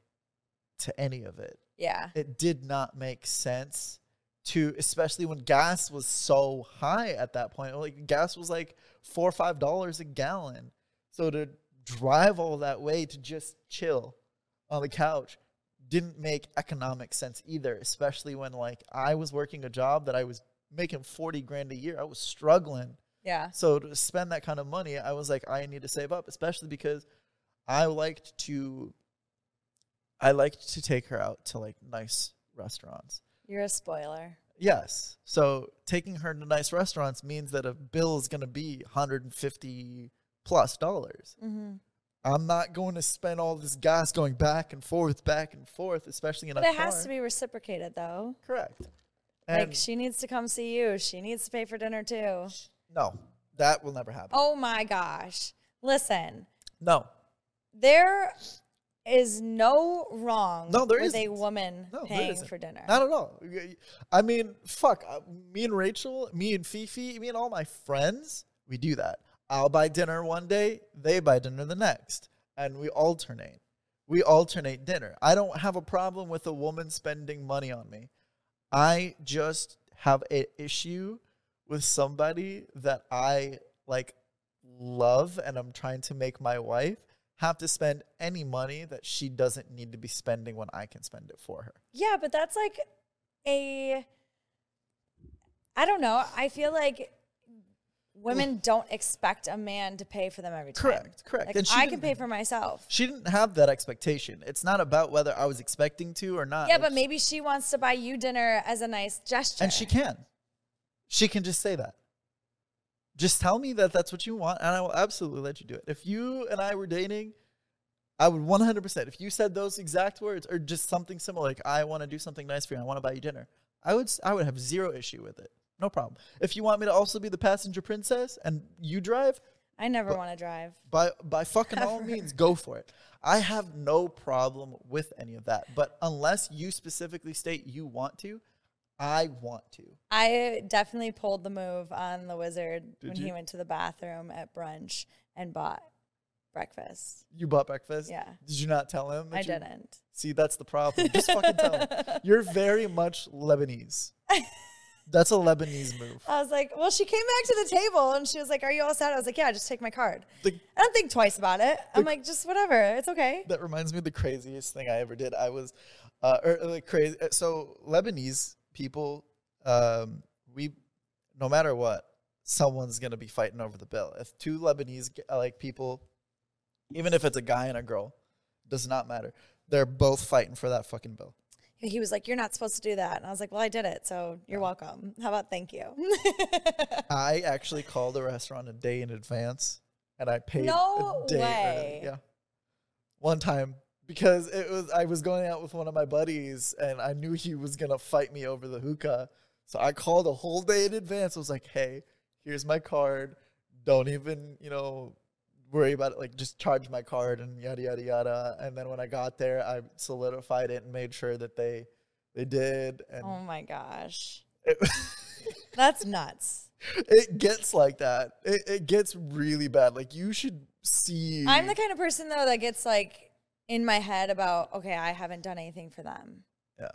S2: to any of it.
S1: Yeah.
S2: It did not make sense to especially when gas was so high at that point. Like gas was like four or five dollars a gallon. So to drive all that way to just chill on the couch didn't make economic sense either, especially when like I was working a job that I was making 40 grand a year. I was struggling.
S1: Yeah.
S2: So to spend that kind of money, I was like, I need to save up, especially because I liked to I liked to take her out to like nice restaurants.
S1: You're a spoiler.
S2: Yes. So taking her to nice restaurants means that a bill is gonna be 150 plus dollars.
S1: Mm-hmm.
S2: I'm not going to spend all this gas going back and forth, back and forth, especially in
S1: But
S2: a
S1: it
S2: car.
S1: has to be reciprocated, though.
S2: correct.
S1: like,
S2: And
S1: she needs to come see you. She needs to pay for dinner, too.
S2: no, that will never happen.
S1: Oh my gosh. Listen,
S2: No,
S1: there is no wrong
S2: No, there
S1: with a
S2: isn't.
S1: woman
S2: No, there
S1: paying
S2: isn't.
S1: for dinner.
S2: Not at all. Y- I mean, fuck. uh, Me and Rachel, me and Fifi, me and all my friends, we do that. I'll buy dinner one day, they buy dinner the next, and we alternate. We alternate dinner. I don't have a problem with a woman spending money on me. I just have an issue with somebody that I like love and I'm trying to make my wife have to spend any money that she doesn't need to be spending when I can spend it for her.
S1: Yeah, but that's like a I don't know. I feel like women don't expect a man to pay for them every time.
S2: Correct, correct.
S1: Like,
S2: And she
S1: I can
S2: didn't-
S1: pay for myself.
S2: She didn't have that expectation. It's not about whether I was expecting to or not.
S1: Yeah, but
S2: Uh, It's-
S1: maybe she wants to buy you dinner as a nice gesture.
S2: And she can. She can just say that. Just tell me that that's what you want, and I will absolutely let you do it. If you and I were dating, I would 100%. If you said those exact words or just something similar, like, I want to do something nice for you, I want to buy you dinner, I would, s- I would have zero issue with it. No problem. If you want me to also be the passenger princess and you drive,
S1: I never want to drive.
S2: by by fucking all means go for it i have no problem with any of that but unless you specifically state you want to i want to
S1: I definitely pulled the move on the wizard
S2: Did
S1: when
S2: you?
S1: he went to the bathroom at brunch and bought breakfast.
S2: you bought breakfast
S1: Yeah.
S2: did you not tell him that
S1: I
S2: you-
S1: didn't.
S2: see that's the problem just fucking tell him you're very much lebanese that's a lebanese move
S1: I was like, well, she came back to the table and she was like, are you all set? I was like, yeah, just take my card.
S2: The-
S1: I don't think twice about it. I'm like, just whatever. It's okay.
S2: that reminds me of the craziest thing I ever did. I was, uh, or uh, like crazy. uh, So Lebanese people, um, we, no matter what, someone's gonna be fighting over the bill. If two Lebanese g- uh, like people, even if it's a guy and a girl, does not matter. They're both fighting for that fucking bill.
S1: He was like, you're not supposed to do that. And I was like, well, I did it. So you're welcome. How about thank you?
S2: I actually called the restaurant a day in advance, and I paid
S1: No
S2: a day
S1: way.
S2: early. Yeah, one time because it was I was going out with one of my buddies, and I knew he was gonna fight me over the hookah, so I called a whole day in advance. I was like, "Hey, here's my card. Don't even you know worry about it. Like just charge my card and yada yada yada." And then when I got there, I solidified it and made sure that they they did, and
S1: oh my gosh.
S2: it,
S1: That's nuts.
S2: it gets like that. It, it gets really bad. Like you should see.
S1: I'm the kind of person though that gets like in my head about, okay, I haven't done anything for them.
S2: Yeah.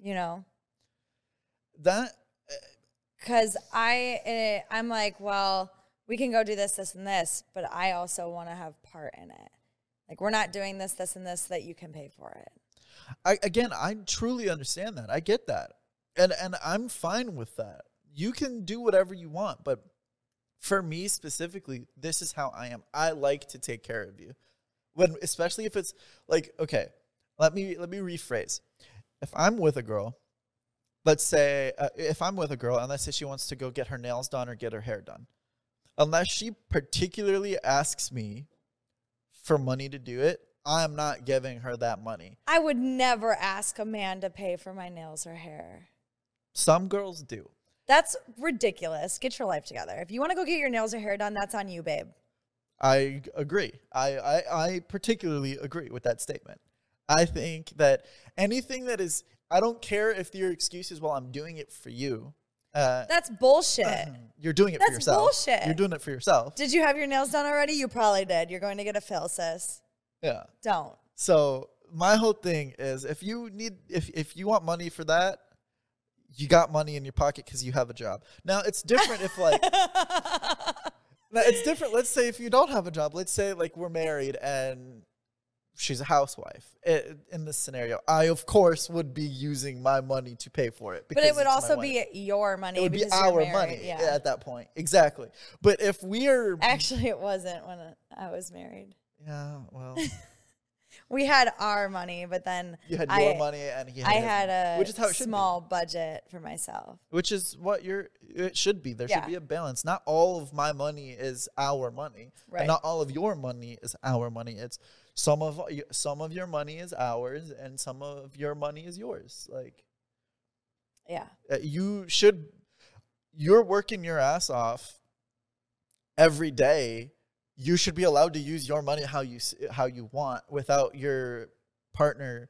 S1: You know?
S2: that
S1: because I eh, I'm like, well, we can go do this, this, and this, but I also want to have part in it. Like we're not doing this, this, and this that you can pay for it.
S2: I again, I truly understand that. I get that, and and I'm fine with that. You can do whatever you want, but for me specifically, this is how I am. I like to take care of you, when especially if it's like okay. Let me let me rephrase. If I'm with a girl, let's say uh, if I'm with a girl, and let's say she wants to go get her nails done or get her hair done, unless she particularly asks me for money to do it, I'm not giving her that money.
S1: I would never ask a man to pay for my nails or hair.
S2: Some girls do.
S1: That's ridiculous. Get your life together. If you want to go get your nails or hair done, that's on you, babe.
S2: I g- agree. I, I, I particularly agree with that statement. I think that anything that is, I don't care if your excuse is, well, I'm doing it for you. Uh,
S1: That's bullshit.
S2: you're doing it for
S1: That's
S2: yourself.
S1: bullshit.
S2: You're doing it for yourself.
S1: Did you have your nails done already? You probably did. You're going to get a fill, sis.
S2: yeah.
S1: Don't.
S2: So my whole thing is if you need, if, if you want money for that, you got money in your pocket because you have a job. Now it's different if like Now, it's different. Let's say if you don't have a job, let's say like we're married and she's a housewife. I in this scenario, I of course would be using my money to pay for it.
S1: But
S2: because
S1: it would
S2: it's my
S1: also
S2: wife.
S1: be your money.
S2: it would be
S1: because you're
S2: our
S1: married.
S2: money at that point. Exactly. But if we are,
S1: Actually, it wasn't when I was married.
S2: yeah, well,
S1: We had our money, but then
S2: you had
S1: I,
S2: your money and he had
S1: I
S2: his
S1: had
S2: money,
S1: a
S2: which is how it should be.
S1: small budget for myself.
S2: which is what you're it should be there
S1: Yeah.
S2: should be a balance not all of my money is our money
S1: Right.
S2: and not all of your money is our money it's some of y- some of your money is ours and some of your money is yours like
S1: Yeah.
S2: uh, you should you're working your ass off every day you should be allowed to use your money how you s- how you want without your partner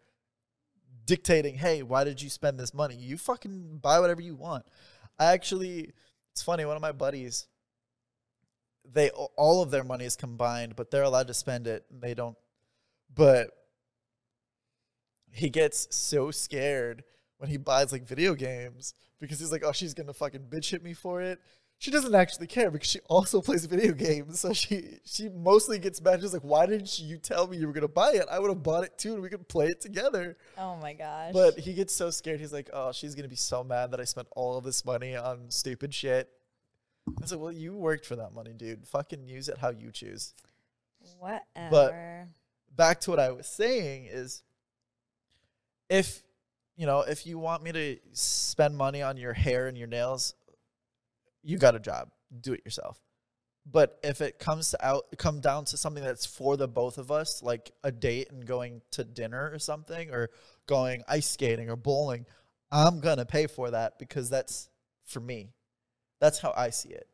S2: dictating hey why did you spend this money you fucking buy whatever you want i actually it's funny one of my buddies they all of their money is combined but they're allowed to spend it and they don't but he gets so scared when he buys like video games because he's like, oh, she's gonna fucking bitch hit me for it. She doesn't actually care because she also plays video games, so she she mostly gets mad. She's like, why didn't you tell me you were gonna buy it? I would have bought it too, and we could play it together.
S1: Oh my gosh.
S2: But he gets so scared. He's like, oh, she's gonna be so mad that I spent all of this money on stupid shit. I was like, well, you worked for that money, dude. Fucking use it how you choose
S1: whatever.
S2: back to what I was saying is if you know, if you want me to spend money on your hair and your nails, you got a job. Do it yourself. but if it comes to out come down to something that's for the both of us like a date and going to dinner or something or going ice skating or bowling i'm gonna pay for that because that's for me that's how i see it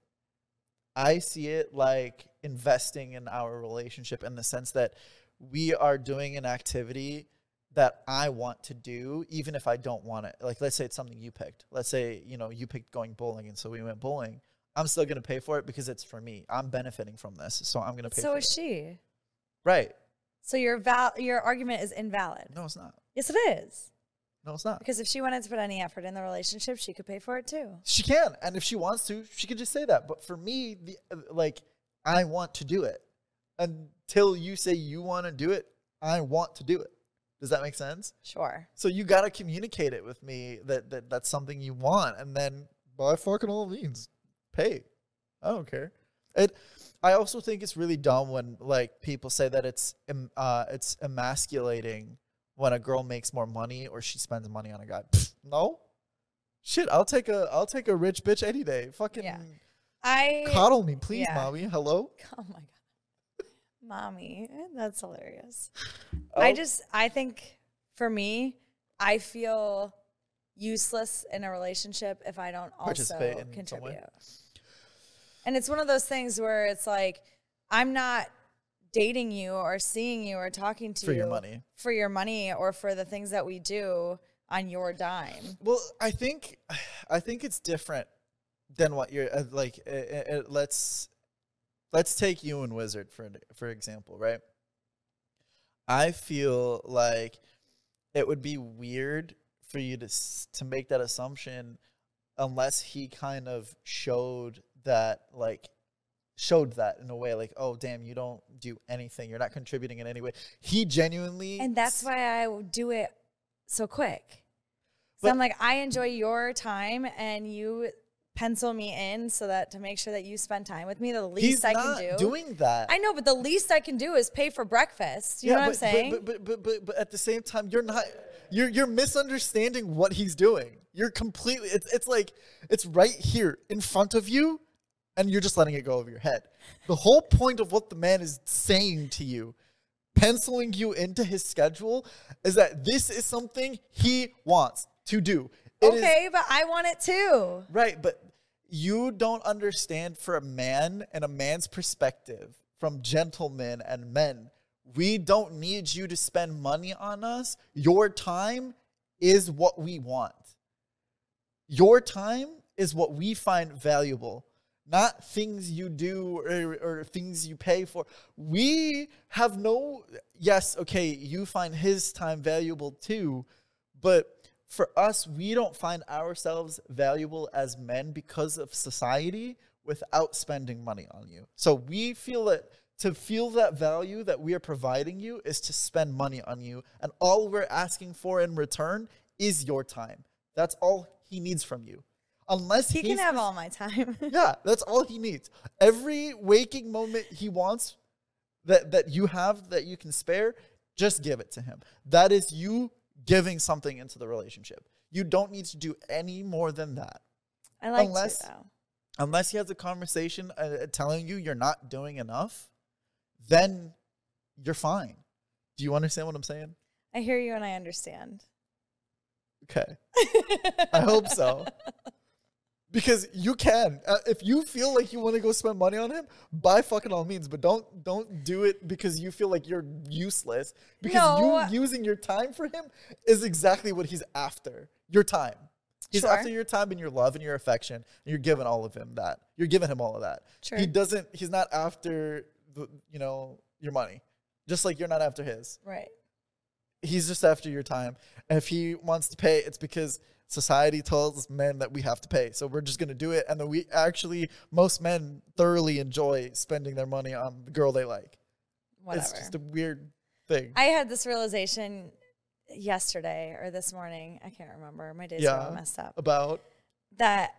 S2: i see it like investing in our relationship in the sense that we are doing an activity that i want to do even if i don't want it like let's say it's something you picked let's say you know you picked going bowling and so we went bowling I'm still gonna pay for it because it's for me. I'm benefiting from this, so I'm gonna pay.
S1: So
S2: for
S1: is
S2: it.
S1: she.
S2: right?
S1: So your val- your argument is invalid.
S2: No, it's not.
S1: Yes, it is.
S2: No, it's not.
S1: Because if she wanted to put any effort in the relationship, she could pay for it too.
S2: She can, and if she wants to, she could just say that. But for me, the uh, like, I want to do it. Until you say you want to do it, I want to do it. Does that make sense?
S1: Sure.
S2: So you gotta communicate it with me that, that that's something you want, and then by fucking all means, pay. I don't care. It. I also think it's really dumb when like people say that it's em- uh, it's emasculating when a girl makes more money or she spends money on a guy. Pfft, no, shit. I'll take a I'll take a rich bitch any day. Fucking
S1: Yeah. I
S2: coddle me, please,
S1: yeah.
S2: mommy. Hello.
S1: Oh my god. Mommy, that's hilarious. I
S2: Oh.
S1: just I think for me, I feel useless in a relationship if I don't also
S2: Participate in some way.
S1: contribute. And it's one of those things where it's like I'm not dating you or seeing you or talking to
S2: For
S1: you
S2: your money.
S1: for your money or for the things that we do on your dime.
S2: Well, I think, I think it's different than what you're uh, like. Uh, uh, uh, let's let's take you and Wizard for for example, right? I feel like it would be weird for you to s- to make that assumption unless he kind of showed that like showed that in a way like oh damn you don't do anything you're not contributing in any way he genuinely
S1: And that's why I will do it so quick. So
S2: But-
S1: I'm like, I enjoy your time and you pencil me in so that to make sure that you spend time with me, the least
S2: he's
S1: I
S2: not
S1: can do.
S2: doing that
S1: I know, but the least I can do is pay for breakfast. You know what I'm
S2: but, but-
S1: saying?
S2: But but, but but but at the same time, you're not you're you're misunderstanding what he's doing. You're completely it's it's like it's right here in front of you, and you're just letting it go over your head. The whole point of what the man is saying to you, penciling you into his schedule, is that this is something he wants to do. It is-
S1: okay, but I want it too.
S2: Right, but you don't understand for a man and a man's perspective from gentlemen and men. We don't need you to spend money on us. Your time is what we want. Your time is what we find valuable, not things you do or, or things you pay for. We have no, yes, okay, you find his time valuable too, but for us, we don't find ourselves valuable as men because of society without spending money on you. So we feel that to feel that value that we are providing you is to spend money on you. And all we're asking for in return is your time. That's all he needs from you. Unless
S1: He can
S2: he's-
S1: have all my time.
S2: yeah, that's all he needs. Every waking moment he wants that that you have that you can spare, just give it to him. That is you giving something into the relationship. You don't need to do any more than that.
S1: I like
S2: Unless-
S1: to though.
S2: Unless he has a conversation uh, uh, telling you you're not doing enough, then you're fine. Do you understand what I'm saying?
S1: I hear you and I understand.
S2: Okay. I hope so. Because you can, uh, if you feel like you want to go spend money on him, by fucking all means. But don't don't do it because you feel like you're useless. Because
S1: No.
S2: you using your time for him is exactly what he's after. Your time. He's
S1: Sure.
S2: after your time and your love and your affection. And you're giving all of him that. You're giving him all of that. He
S1: Sure.
S2: doesn't. He's not after the, you know your money. Just like you're not after his
S1: Right.
S2: he's just after your time. And if he wants to pay, it's because society tells men that we have to pay. So we're just gonna do it. And then we actually most men thoroughly enjoy spending their money on the girl they like.
S1: Whatever.
S2: It's just a weird thing.
S1: I had this realization yesterday or this morning. I can't remember. My days are all
S2: Yeah.
S1: messed up.
S2: about
S1: That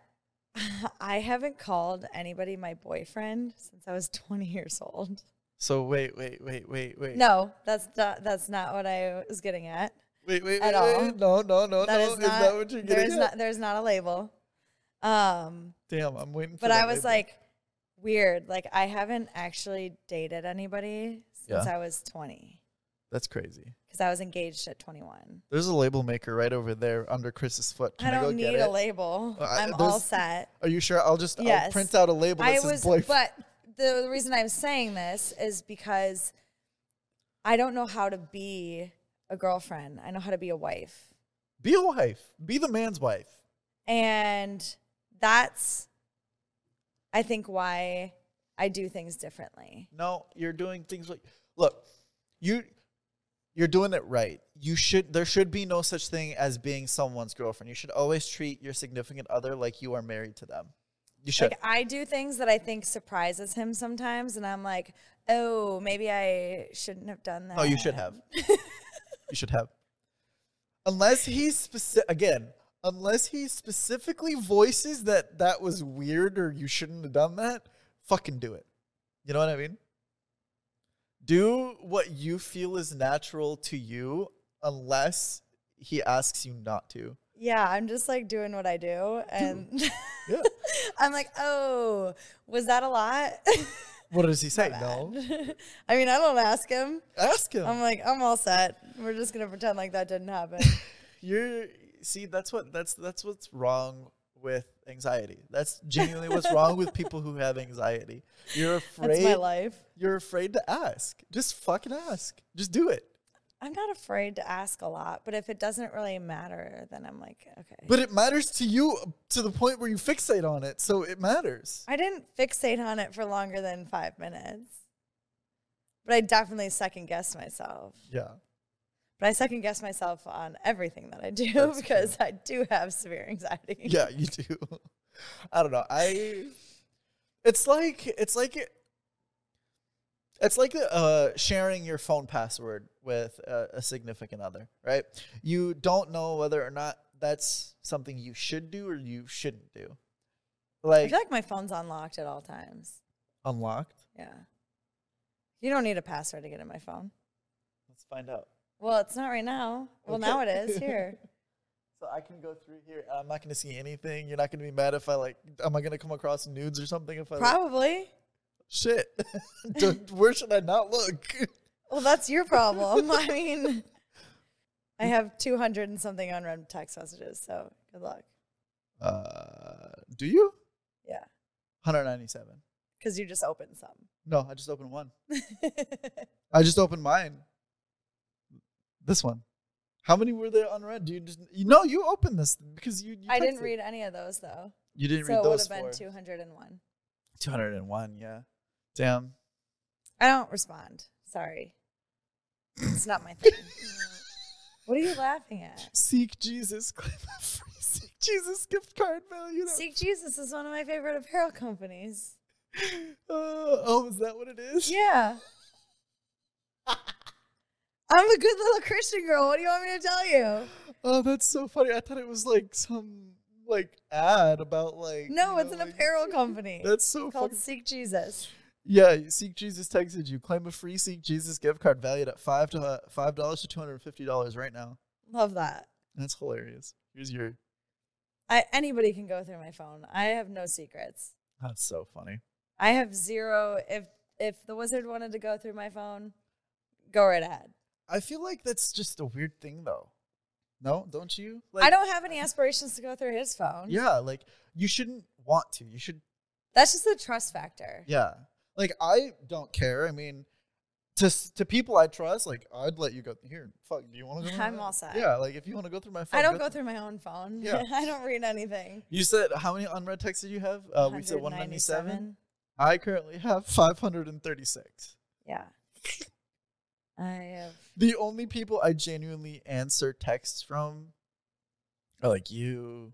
S1: I haven't called anybody my boyfriend since I was 20 years old.
S2: so wait, wait, wait, wait, wait.
S1: No, that's not, that's not what I was getting at.
S2: Wait, wait,
S1: At
S2: wait,
S1: all.
S2: wait. No, no, no,
S1: That
S2: no.
S1: is
S2: Oh, is
S1: not,
S2: that what you're
S1: there's
S2: getting at?
S1: not there's not a label. Um,
S2: Damn, I'm waiting for
S1: but
S2: that
S1: I was
S2: label.
S1: like, weird. Like I haven't actually dated anybody since
S2: Yeah.
S1: I was 20
S2: That's crazy.
S1: because I was engaged at 21.
S2: There's a label maker right over there under Chris's foot. Can I,
S1: I
S2: go
S1: don't
S2: get
S1: need
S2: it?
S1: a label.
S2: Well, I-
S1: I'm all
S2: there's-
S1: set.
S2: Are you sure? I'll just I'll
S1: Yes.
S2: print out a label that
S1: I
S2: says
S1: was,
S2: boyfriend.
S1: but the reason I'm saying this is because I don't know how to be a girlfriend. I know how to be a wife.
S2: Be a wife. Be the man's wife.
S1: And that's, I think, why I do things differently.
S2: No, you're doing things like look, you you're doing it right. You should there should be no such thing as being someone's girlfriend. You should always treat your significant other like you are married to them. You should.
S1: Like I do things that I think surprises him sometimes, and I'm like, oh, maybe I shouldn't have done that.
S2: no, Oh, you should have. you should have. Unless he specific again, unless he specifically voices that that was weird or you shouldn't have done that, fucking do it. You know what I mean? Do what you feel is natural to you unless he asks you not to.
S1: Yeah, I'm just like doing what I do, and
S2: Yeah.
S1: I'm like, oh, was that a lot?
S2: What does he say? No.
S1: I mean, I don't ask him.
S2: Ask him.
S1: I'm like, I'm all set. We're just gonna pretend like that didn't happen.
S2: You're see, that's what that's that's what's wrong with anxiety. That's genuinely what's wrong with people who have anxiety. You're
S1: That's my
S2: afraid
S1: life.
S2: you're afraid to ask. Just fucking ask. Just do it.
S1: I'm not afraid to ask a lot, but if it doesn't really matter, then I'm like, okay.
S2: But it matters to you uh, to the point where you fixate on it, so it matters.
S1: I didn't fixate on it for longer than five minutes. But I definitely second guess myself.
S2: Yeah.
S1: But I second guess myself on everything that I do
S2: That's
S1: because I do have severe anxiety.
S2: Yeah, you do. I don't know. I it's like it's like it, it's like uh, sharing your phone password with a, a significant other, right? You don't know whether or not that's something you should do or you shouldn't do.
S1: I
S2: Like
S1: feel like my phone's unlocked at all times.
S2: unlocked.
S1: Yeah. You don't need a password to get in my phone.
S2: Let's find out.
S1: Well, it's not right now. Well,
S2: Okay.
S1: now it is here.
S2: So I can go through here. and I'm not going to see anything. You're not going to be mad if I like. Am I going to come across nudes or something? If I like,
S1: Probably.
S2: shit, Don't- where should I not look?
S1: Well, that's your problem. I mean, I have 200 and something unread text messages, so good luck.
S2: Uh, do you?
S1: Yeah.
S2: 197.
S1: Because you just opened some.
S2: No, I just opened one. I just opened mine. This one. How many were there unread? Do you just you know you opened this because you, you
S1: I
S2: typed
S1: didn't
S2: it.
S1: read any of those though.
S2: You didn't
S1: so
S2: read
S1: it would
S2: those
S1: have been
S2: four.
S1: 201.
S2: 201, yeah. Damn.
S1: I don't respond. Sorry. It's not my thing. what are you laughing at?
S2: Seek Jesus claim a free Seek Jesus gift card value.
S1: Seek Jesus is one of my favorite apparel companies.
S2: Uh, oh, is that what it is?
S1: Yeah. I'm a good little Christian girl. What do you want me to tell you?
S2: Oh, that's so funny. I thought it was like some like ad about like
S1: No,
S2: you
S1: it's an
S2: know, like-
S1: apparel company
S2: That's so
S1: called
S2: fucking
S1: Seek Jesus.
S2: Yeah, Seek Jesus texted you. Claim a free Seek Jesus gift card valued at five to uh, five dollars to two hundred and fifty dollars right now.
S1: Love that.
S2: That's hilarious. Here's your.
S1: I, anybody can go through my phone. I have no secrets.
S2: That's so funny.
S1: I have zero. If if the wizard wanted to go through my phone, go right ahead.
S2: I feel like that's just a weird thing, though. No, don't you? Like, uh,
S1: I don't have any aspirations to go through his phone.
S2: Yeah, like you shouldn't want to. You should.
S1: That's just the trust factor.
S2: Yeah, like I don't care. I mean, to s- to people I trust, like I'd let you go here. Fuck, do you want to go? through
S1: I'm
S2: my-
S1: all set.
S2: Yeah, like if you want to go through my phone,
S1: I don't go through my own phone.
S2: Yeah.
S1: I don't read anything.
S2: You said how many unread texts did you have? Uh, we said one ninety seven.
S1: 197.
S2: I currently have 536.
S1: Yeah. I have.
S2: The only people I genuinely answer texts from are like you,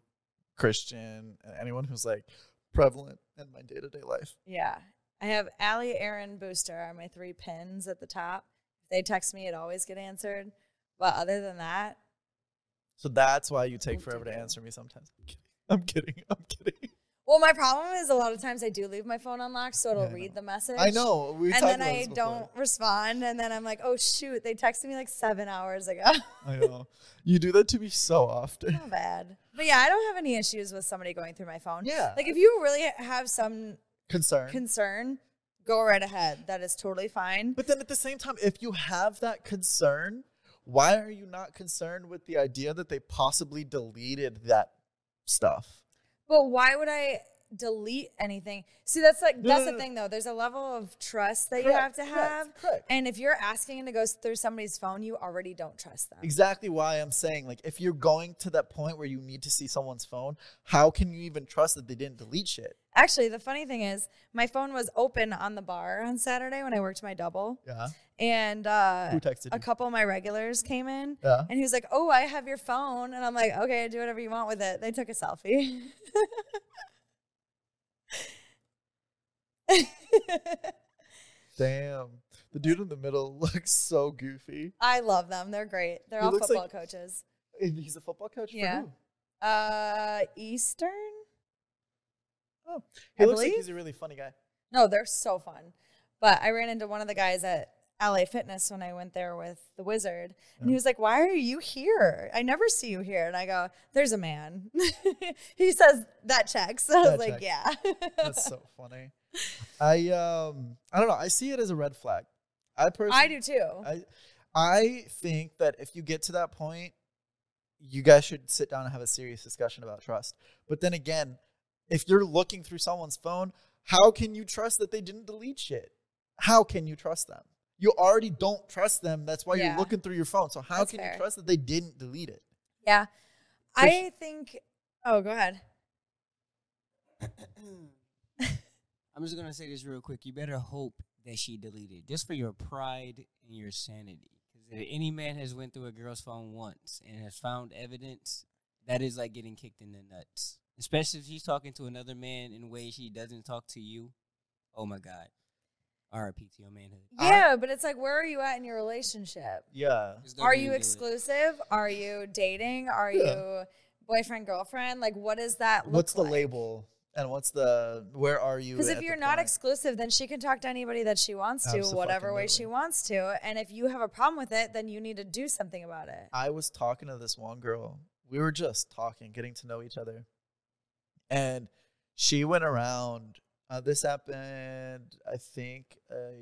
S2: Christian, and anyone who's like prevalent in my day to day life.
S1: Yeah. I have Allie, Aaron, Booster are my three pins at the top. If they text me, it always get answered. But other than that,
S2: So that's why you take
S1: Oh,
S2: forever to
S1: dear.
S2: answer me sometimes. I'm kidding. I'm kidding. I'm kidding.
S1: well, my problem is a lot of times I do leave my phone unlocked, so it'll
S2: Yeah, I
S1: read
S2: know.
S1: the message.
S2: I know. We
S1: and
S2: talked
S1: then
S2: about
S1: I
S2: this before.
S1: don't respond, and then I'm like, "Oh shoot!" They texted me like seven hours ago.
S2: I know. You do that to me so often.
S1: Not bad, but yeah, I don't have any issues with somebody going through my phone.
S2: Yeah.
S1: like if you really have some
S2: concern.
S1: concern, go right ahead. That is totally fine.
S2: But then at the same time, if you have that concern, why are you not concerned with the idea that they possibly deleted that stuff?
S1: But why would I delete anything? See, that's like
S2: No,
S1: that's
S2: no,
S1: the
S2: no.
S1: thing though. There's a level of trust that you have
S2: Correct,
S1: to
S2: correct,
S1: have.
S2: correct.
S1: And if you're asking it to go s- through somebody's phone, you already don't trust them.
S2: Exactly why I'm saying, like, if you're going to that point where you need to see someone's phone, how can you even trust that they didn't delete shit?
S1: Actually, the funny thing is, my phone was open on the bar on Saturday when I worked my double.
S2: Yeah.
S1: And uh,
S2: Who texted
S1: a
S2: you?
S1: couple of my regulars came in.
S2: Yeah.
S1: And he was like, Oh, I have your phone. And I'm like, Okay, do whatever you want with it. They took a selfie.
S2: Damn. The dude in the middle looks so goofy.
S1: I love them. They're great. They're
S2: He
S1: all
S2: looks
S1: football
S2: like-
S1: coaches.
S2: And he's a football coach
S1: Yeah.
S2: for who?
S1: Uh, Eastern?
S2: Oh. He
S1: I
S2: looks
S1: believe-
S2: like he's a really funny guy.
S1: No, they're so fun. But I ran into one of the guys at LA Fitness when I went there with the Wizard, and he was like, "Why are you here? I never see you here." And I go, "There's a man." he says that checks. I
S2: That
S1: was like,
S2: checks.
S1: "Yeah."
S2: That's so funny. I um I don't know. I see it as a red flag. I personally
S1: I do too.
S2: I I think that if you get to that point, you guys should sit down and have a serious discussion about trust. But then again, if you're looking through someone's phone, how can you trust that they didn't delete shit? How can you trust them? You already don't trust them. That's why
S1: Yeah.
S2: you're looking through your phone. So how
S1: That's
S2: can
S1: fair.
S2: you trust that they didn't delete it?
S1: yeah,
S2: For
S1: I think. Oh, go ahead.
S3: I'm just gonna say this real quick. You better hope that she deleted, just for your pride and your sanity. Because if any man has went through a girl's phone once and has found evidence, that is like getting kicked in the nuts. Especially if she's talking to another man in ways she doesn't talk to you. Oh my God. R.I.P. to your manhood.
S2: I-
S1: Yeah, but it's like, where are you at in your relationship?
S2: Yeah.
S3: Just don't
S1: Are
S3: even
S1: you
S3: do it.
S1: exclusive? Are you dating? Are
S2: Yeah.
S1: you boyfriend girlfriend? Like, what does that look
S2: What's the
S1: like?
S2: label? And what's the where are you?
S1: Because
S2: at
S1: if
S2: the
S1: you're not
S2: point?
S1: exclusive, then she can talk to anybody that she wants to, whatever way she
S2: Abso-fucking-lutely.
S1: wants to. And if you have a problem with it, then you need to do something about it.
S2: I was talking to this one girl. We were just talking, getting to know each other. And she went around. Uh, this happened, I think, a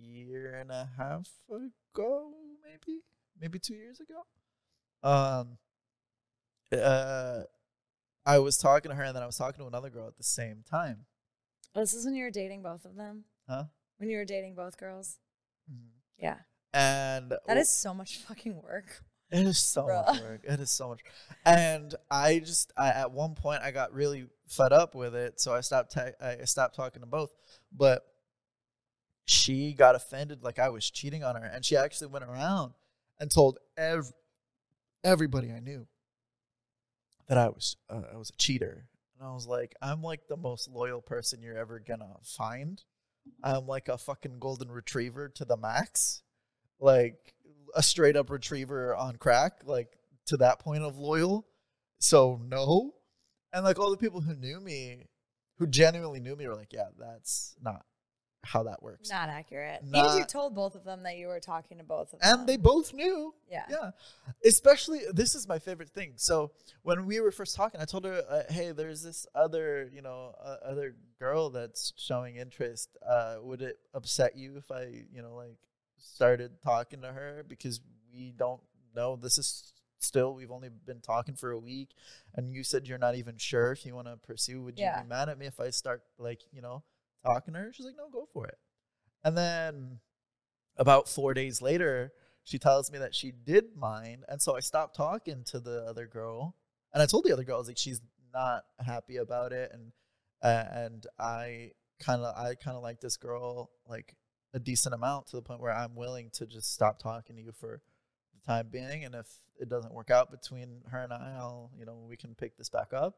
S2: year and a half ago, maybe, maybe two years ago. Um, uh, I was talking to her, and then I was talking to another girl at the same time.
S1: This is when you were dating both of them.
S2: Huh?
S1: When you were dating both girls. Yeah.
S2: And
S1: That is so much fucking work.
S2: It is so
S1: Bruh.
S2: much work. It is so much. And I just, I, at one point, I got really fed up with it, so I stopped. ta- I stopped talking to both. But she got offended, like I was cheating on her, and she actually went around and told ev- everybody I knew that I was, uh, I was a cheater. And I was like, I'm like the most loyal person you're ever gonna find. I'm like a fucking golden retriever to the max like a straight up retriever on crack, like to that point of loyal. So no. And like all the people who knew me, who genuinely knew me were like, yeah, that's not how that works.
S1: Not accurate. and you
S2: Not-
S1: told both of them that you were talking to both of them.
S2: And they both knew.
S1: Yeah.
S2: Yeah. Especially this is my favorite thing. So when we were first talking, I told her, uh, "Hey, there's this other, you know, uh, other girl that's showing interest. Uh, would it upset you if I, you know, like started talking to her because we don't know this is still we've only been talking for a week and you said you're not even sure if you want to pursue would
S1: Yeah.
S2: you be mad at me if i start like you know talking to her she's like no go for it and then about four days later she tells me that she did mine and so i stopped talking to the other girl and i told the other girl i was like she's not happy about it and uh, and i kind of i kind of like this girl like a decent amount to the point where i'm willing to just stop talking to you for the time being and if it doesn't work out between her and i i'll you know we can pick this back up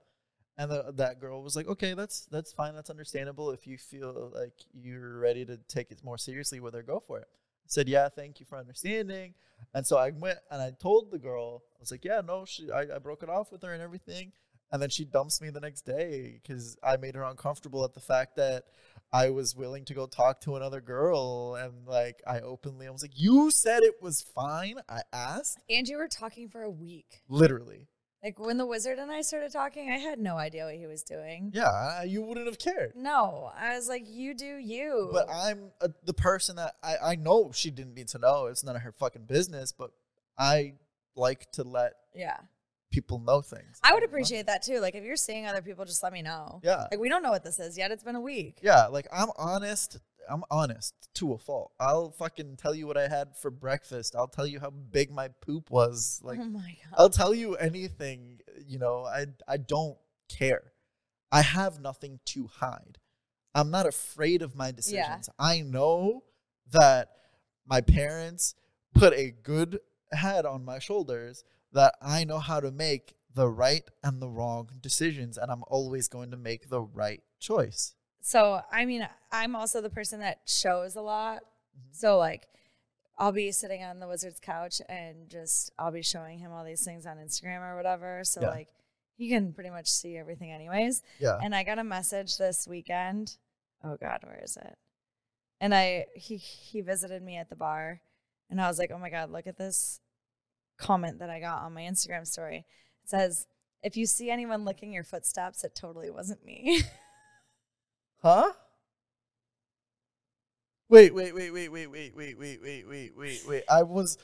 S2: and the, that girl was like okay that's that's fine that's understandable if you feel like you're ready to take it more seriously with her go for it said, "Yeah, thank you for understanding." And so I went and I told the girl, I was like, "Yeah, no, she, I, I broke it off with her and everything." And then she dumps me the next day because I made her uncomfortable at the fact that I was willing to go talk to another girl and like I openly I was like, "You said it was fine." I asked
S1: and you were talking for a week.
S2: literally,
S1: Like when the wizard and I started talking, I had no idea what he was doing.
S2: Yeah, I- you wouldn't have cared.
S1: No, I was like, you do you.
S2: But I'm uh the person that I, I know she didn't need to know. It's none of her fucking business, but I like to let
S1: yeah.
S2: people know things.
S1: I would appreciate that too. Like if you're seeing other people, just let me know.
S2: Yeah.
S1: Like we don't know what this is yet. It's been a week.
S2: Yeah, like I'm honest. I'm honest to a fault. I'll fucking tell you what I had for breakfast. I'll tell you how big my poop was. Like uh,
S1: oh my god.
S2: I'll tell you anything, you know, I I don't care. I have nothing to hide. I'm not afraid of my decisions. I know that my parents put a good head on my shoulders that I know how to make the right and the wrong decisions and I'm always going to make the right choice.
S1: So I mean, I'm also the person that shows a lot.
S2: Mm-hmm.
S1: So like I'll be sitting on the wizard's couch and just I'll be showing him all these things on Instagram or whatever. So
S2: Yeah.
S1: like he can pretty much see everything anyways.
S2: Yeah.
S1: And I got a message this weekend. Oh God, where is it? And I he he visited me at the bar, and I was like, oh my God, look at this comment that I got on my Instagram story. It says, if you see anyone licking your footsteps, it totally wasn't me.
S2: Huh? Wait, wait, wait, wait, wait, wait, wait, wait, wait, wait, wait, wait. I was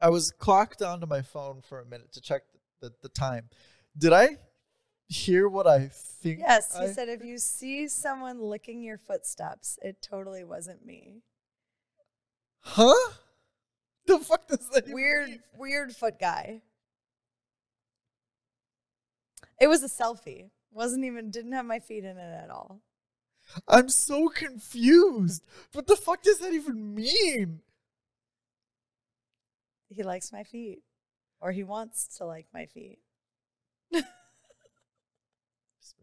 S2: I was clocked onto my phone for a minute to check the, the, the time. Did I hear what I think?
S1: yes, he
S2: I-
S1: said, if you see someone licking your footsteps, it totally wasn't me.
S2: Huh? The fuck does that even
S1: Weird,
S2: mean?
S1: weird foot guy. It was a selfie. Wasn't even didn't have my feet in it at all.
S2: I'm so confused. What the fuck does that even mean?
S1: he likes my feet or he wants to like my feet.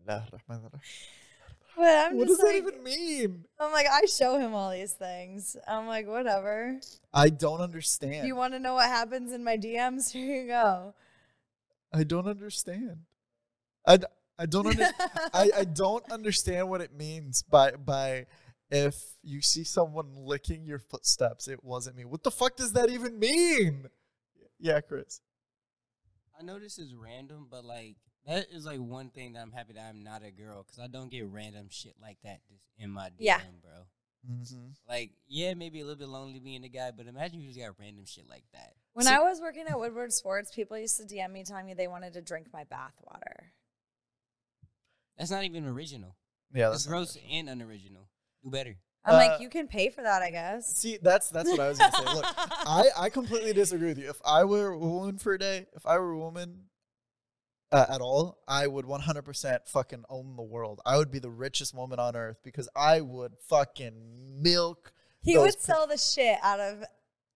S2: Bismillahirrahmanirrahim.
S1: But I'm
S2: What does
S1: just
S2: that
S1: like,
S2: even mean?
S1: I'm like, I show him all these things. I'm like, whatever.
S2: I don't understand.
S1: You want to know what happens in my DMs? Here you go.
S2: I don't understand. I, d- I don't under, I, I don't understand what it means by by if you see someone licking your footsteps, it wasn't me. What the fuck does that even mean? Yeah, Chris.
S3: I know this is random, but like that is like one thing that I'm happy that I'm not a girl because I don't get random shit like that just in my DM,
S1: Yeah.
S3: bro. Like, yeah, maybe a little bit lonely being a guy, but imagine you just got random shit like that.
S1: When
S2: So-
S1: I was working at Woodward Sports, people used to DM me telling me they wanted to drink my bath water.
S3: That's not even original.
S2: Yeah,
S3: That's gross and unoriginal. Do better.
S1: I'm
S2: Uh,
S1: like, you can pay for that, I guess.
S2: See, that's that's what I was gonna say. Look, I I completely disagree with you. If I were a woman for a day, if I were a woman uh, at all, I would 100% fucking own the world. I would be the richest woman on earth because I would fucking milk
S1: He
S2: those
S1: would
S2: pe-
S1: sell the shit out of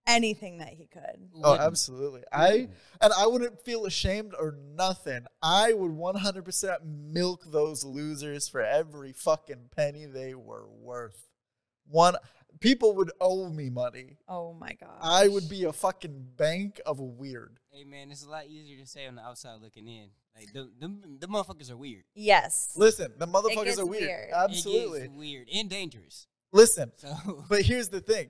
S1: anything that he could.
S2: Oh,
S3: Wouldn't.
S2: absolutely. I and I wouldn't feel ashamed or nothing. I would 100% milk those losers for every fucking penny they were worth. One people would owe me money.
S1: Oh my God.
S2: I would be a fucking bank of weird.
S3: Hey man, it's a lot easier to say on the outside looking in. Like them, them, them motherfuckers are weird.
S1: Yes.
S2: Listen, the
S1: gets
S2: motherfuckers are weird.
S1: weird.
S3: It gets
S2: Absolutely.
S3: weird and dangerous.
S2: Listen,
S3: So
S2: but here's the thing.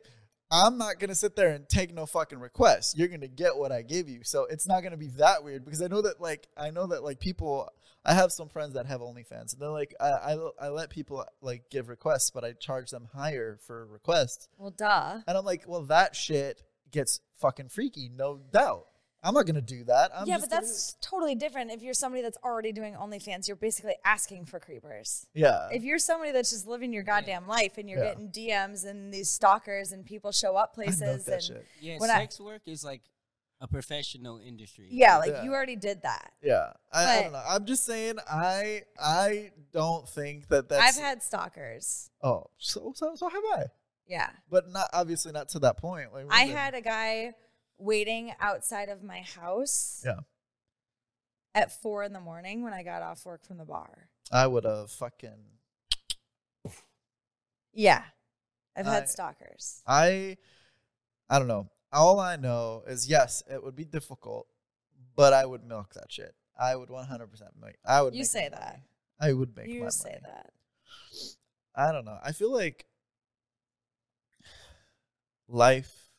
S2: I'm not gonna sit there and take no fucking requests. You're gonna get what I give you, so it's not gonna be that weird. Because I know that, like, I know that, like, people. I have some friends that have OnlyFans, and they're like, I, I, I let people like give requests, but I charge them higher for requests.
S1: Well, duh.
S2: And I'm like, well, that shit gets fucking freaky, no doubt. I'm not gonna do that. I'm
S1: yeah,
S2: just
S1: but
S2: gonna-
S1: that's totally different. If you're somebody that's already doing OnlyFans, you're basically asking for creepers.
S2: yeah.
S1: if you're somebody that's just living your goddamn life and you're
S2: Uh, Yeah.
S1: getting DMs and these stalkers and people show up
S2: I milk
S1: places
S2: that
S1: and
S2: shit.
S3: yeah,
S1: When I-
S3: sex work is like a professional industry.
S1: yeah, like
S2: Yeah.
S1: you already did that.
S2: Yeah, I, I don't
S1: But-
S2: know. I'm just saying, I I don't think that that's.
S1: I've had stalkers.
S2: oh, so so so have I,
S1: Yeah.
S2: but not obviously not to that point. Like
S1: I
S2: we've been-
S1: had a guy waiting outside of my house.
S2: Yeah.
S1: At four in the morning when I got off work from the bar.
S2: I would have fucking.
S1: Yeah. I've
S2: I-
S1: had stalkers.
S2: I, I don't know. All I know is yes, it would be difficult, but I would milk that shit. I would 100 percent milk. I would.
S1: You
S2: make my
S1: say
S2: money. I would make.
S1: You
S2: my
S1: say
S2: money.
S1: that.
S2: I don't know. I feel like life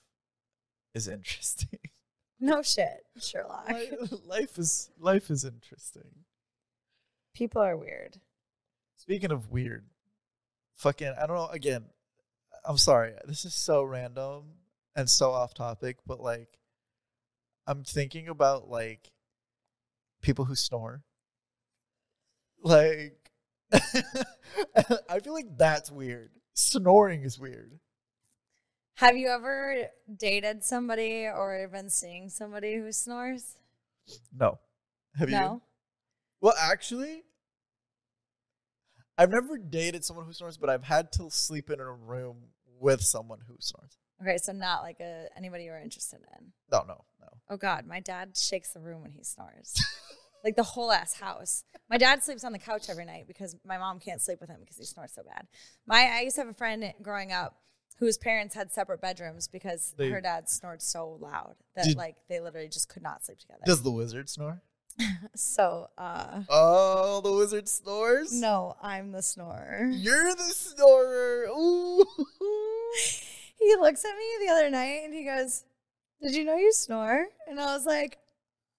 S2: is interesting.
S1: No shit, Sherlock.
S2: Li- life is life is interesting.
S1: People are weird.
S2: Speaking of weird, fucking I don't know. Again, I'm sorry. This is so random and so off topic, but like, I'm thinking about like people who snore. Like, I feel like that's weird. Snoring is weird.
S1: Have you ever dated somebody or been seeing somebody who snores?
S2: No, have you?
S1: no.
S2: Well, actually, I've never dated someone who snores, but I've had to sleep in a room with someone who snores.
S1: Okay, so not like a, anybody you were interested in.
S2: No, no, no.
S1: Oh God, my dad shakes the room when he snores. like the whole ass house. My dad sleeps on the couch every night because my mom can't sleep with him because he snores so bad. My I used to have a friend growing up whose parents had separate bedrooms because
S2: They-
S1: her dad snored so loud that
S2: Did-
S1: like they literally just could not sleep together.
S2: Does the wizard snore?
S1: so uh
S2: Oh, the wizard snores?
S1: no, I'm the snorer.
S2: You're the snorer. Ooh.
S1: he looks at me the other night and he goes, Did you know you snore? And I was like,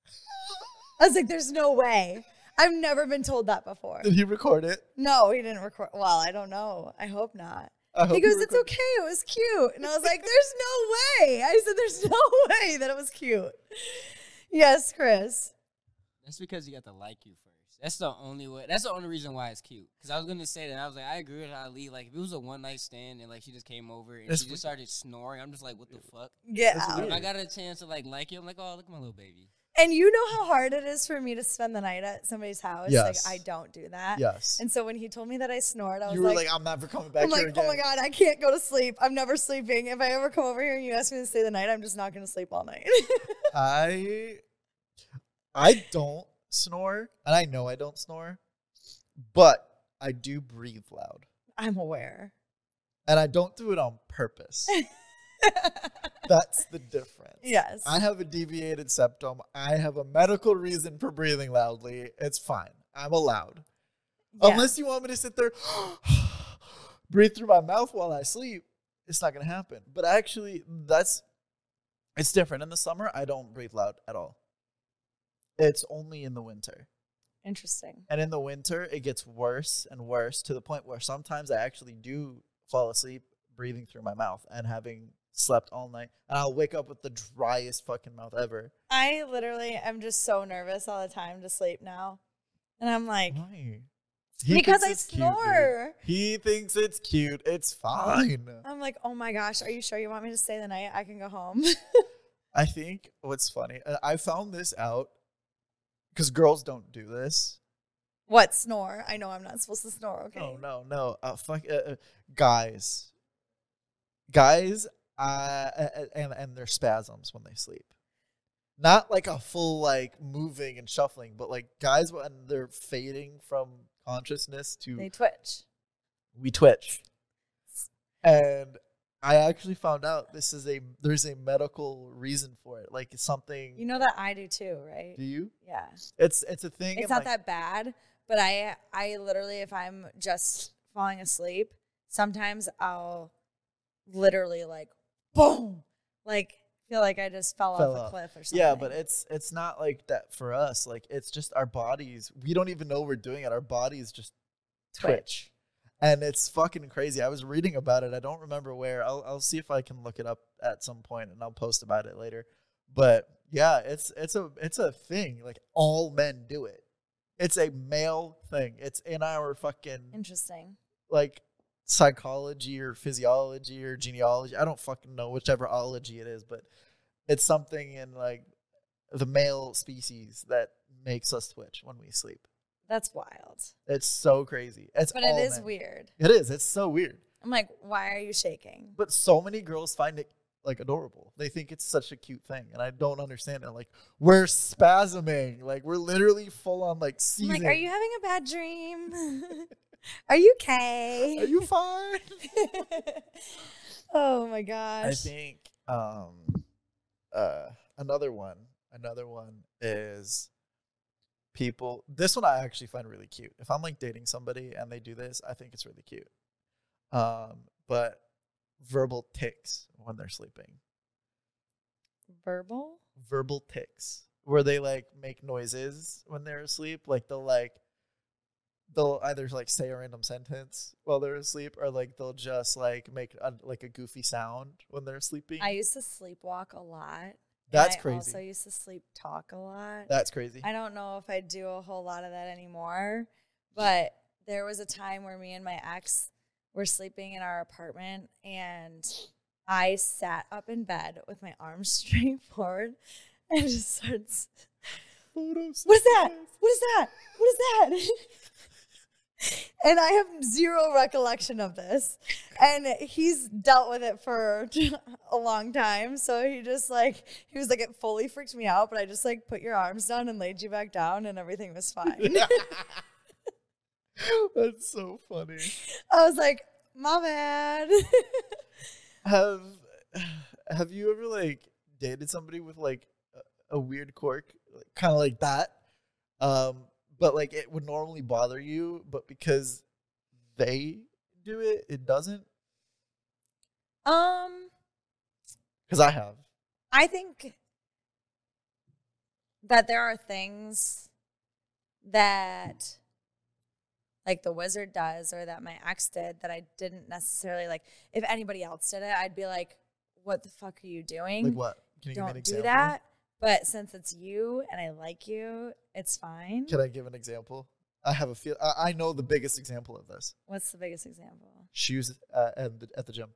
S1: I was like, there's no way. I've never been told that before.
S2: Did he record it?
S1: No, he didn't record. Well, I don't know. I hope not.
S2: I hope
S1: he goes, It's
S2: recorded-
S1: okay. It was cute. And I was like, There's no way. I said, There's no way that it was cute. Yes, Chris.
S3: That's because you got to like you first. That's the only way. That's the only reason why it's cute. Because I was gonna say that I was like, I agree with Ali. Like, if it was a one night stand and like she just came over and
S2: That's
S3: she just started snoring, I'm just like, what the fuck?
S1: Get
S2: That's
S1: out.
S3: But if I
S2: weird.
S3: got a chance to like like you, I'm like, oh, look at my little baby.
S1: And you know how hard it is for me to spend the night at somebody's house?
S2: Yes.
S1: Like, I don't do that.
S2: Yes.
S1: And so when he told me that I snored, I was
S2: you were like, I'm never coming back
S1: I'm like,
S2: here again.
S1: oh my god, I can't go to sleep. I'm never sleeping. If I ever come over here and you ask me to stay the night, I'm just not going to sleep all night.
S2: I I don't snore, and I know I don't snore, but I do breathe loud.
S1: I'm aware.
S2: And I don't do it on purpose. That's the difference.
S1: yes.
S2: I have a deviated septum. I have a medical reason for breathing loudly. It's fine. I'm allowed.
S1: Yeah.
S2: Unless you want me to sit there, breathe through my mouth while I sleep, it's not going to happen. But actually, that's it's different. In the summer, I don't breathe loud at all. It's only in the winter.
S1: Interesting.
S2: And in the winter, it gets worse and worse to the point where sometimes I actually do fall asleep breathing through my mouth and having slept all night. And I'll wake up with the driest fucking mouth ever.
S1: I literally am just so nervous all the time to sleep now. And I'm like,
S2: Why?
S1: because I
S2: thinks it's cute, dude.
S1: snore.
S2: he thinks it's cute. It's fine.
S1: I'm like, oh my gosh, are you sure you want me to stay the night? I can go home.
S2: I think what's funny, uh, I found this out because girls don't do this.
S1: what, snore? I know I'm not supposed to snore, okay?
S2: No, no, no. Uh, fuck, uh, uh, guys, guys, uh, uh, uh, and and their spasms when they sleep. Not like a full like moving and shuffling, but like guys when they're fading from consciousness to
S1: They twitch.
S2: we twitch. And I actually found out this is a there's a medical reason for it. Like it's something.
S1: You know that I do too, right?
S2: do you?
S1: Yeah.
S2: It's it's a thing.
S1: it's
S2: and,
S1: not
S2: like,
S1: that bad but i i literally if i'm just falling asleep sometimes i'll literally like boom like feel like i just fell,
S2: Fell
S1: off a
S2: off.
S1: cliff or something
S2: Yeah, but it's it's not like that for us. Like it's just our bodies. We don't even know we're doing it. Our bodies just twitch. And it's fucking crazy. I was reading about it. I don't remember where. I'll I'll see if I can look it up at some point and I'll post about it later. But yeah, it's it's a it's a thing. Like all men do it. It's a male thing. It's in our fucking
S1: interesting
S2: like psychology or physiology or genealogy. I don't fucking know whichever ology it is, but it's something in like the male species that makes us twitch when we sleep.
S1: that's wild
S2: It's so crazy. It's
S1: but it
S2: all
S1: is
S2: men.
S1: weird
S2: It is. It's so weird.
S1: i'm like why are you shaking
S2: But so many girls find it like adorable. They think it's such a cute thing, and I don't understand it. Like we're spasming. Like we're literally full on like
S1: i'm like
S2: seizing.
S1: are you having a bad dream are you okay
S2: Are you fine?
S1: oh my gosh
S2: I think um uh another one another one is people this one I actually find really cute. If I'm like dating somebody and they do this, I think it's really cute. Um but verbal ticks when they're sleeping.
S1: verbal.
S2: verbal tics where they like make noises when they're asleep. Like they'll like they'll either like say a random sentence while they're asleep, or like they'll just like make a, like a goofy sound when they're sleeping.
S1: I used to sleepwalk a lot. and
S2: That's
S1: I
S2: crazy.
S1: Also used to sleep talk a lot.
S2: That's crazy.
S1: I don't know if I do a whole lot of that anymore, but there was a time where me and my ex were sleeping in our apartment and I sat up in bed with my arms straight forward and just starts what is that? What is that? What is that? and I have zero recollection of this. And he's dealt with it for a long time. So he just like, he was like, it fully freaked me out, but I just like put your arms down and laid you back down and everything was fine.
S2: That's so funny.
S1: I was like, my bad.
S2: Have have you ever like dated somebody with like a, a weird quirk, kind of like that? Um, but like it would normally bother you, but because they do it, it doesn't.
S1: um,
S2: Because I have.
S1: I think that there are things that like the wizard does or that my ex did that I didn't necessarily like if anybody else did it, I'd be like, What the fuck are you doing?
S2: Like what? Can you give me
S1: Don't
S2: an
S1: do
S2: example?
S1: that. But since it's you and I like you, it's fine.
S2: Can I give an example? I have a feel. I, I know the biggest example of this.
S1: What's the biggest example?
S2: Shoes uh, at the, at the gym.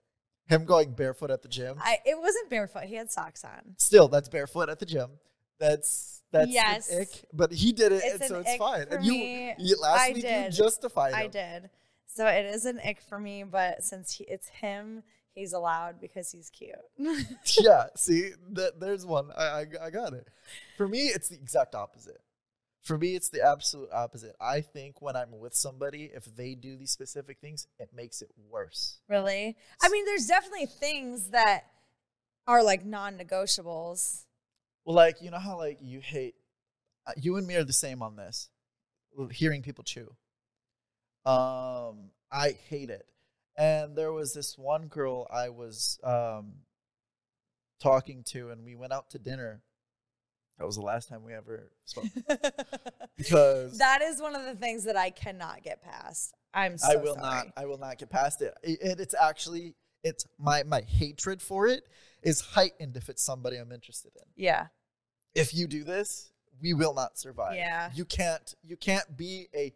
S2: Him going barefoot at the gym.
S1: I it wasn't barefoot. He had socks on.
S2: Still, that's barefoot at the gym. That's that's an
S1: Yes.
S2: ick. But he did it,
S1: It's
S2: and so
S1: an
S2: it's
S1: ick
S2: fine.
S1: for
S2: And you,
S1: me.
S2: you last
S1: I
S2: week
S1: did.
S2: you justified.
S1: I
S2: him.
S1: did. So it is an ick for me, but since he, it's him, he's allowed because he's cute.
S2: yeah. See, that there's one. I, I I got it. For me, it's the exact opposite. For me, it's the absolute opposite. I think when I'm with somebody, if they do these specific things, it makes it worse.
S1: Really? I mean, there's definitely things that are like non negotiables.
S2: Well, like you know how like you hate, uh, you and me are the same on this. l- Hearing people chew, um, I hate it. And there was this one girl I was um, talking to, and we went out to dinner. That was the last time we ever spoke because
S1: that is one of the things that I cannot get past. I'm so
S2: I will
S1: sorry.
S2: not. I will not get past it. I- it. It's actually it's my my hatred for it is heightened if it's somebody I'm interested in.
S1: Yeah.
S2: if you do this, we will not survive.
S1: Yeah.
S2: You can't you can't be a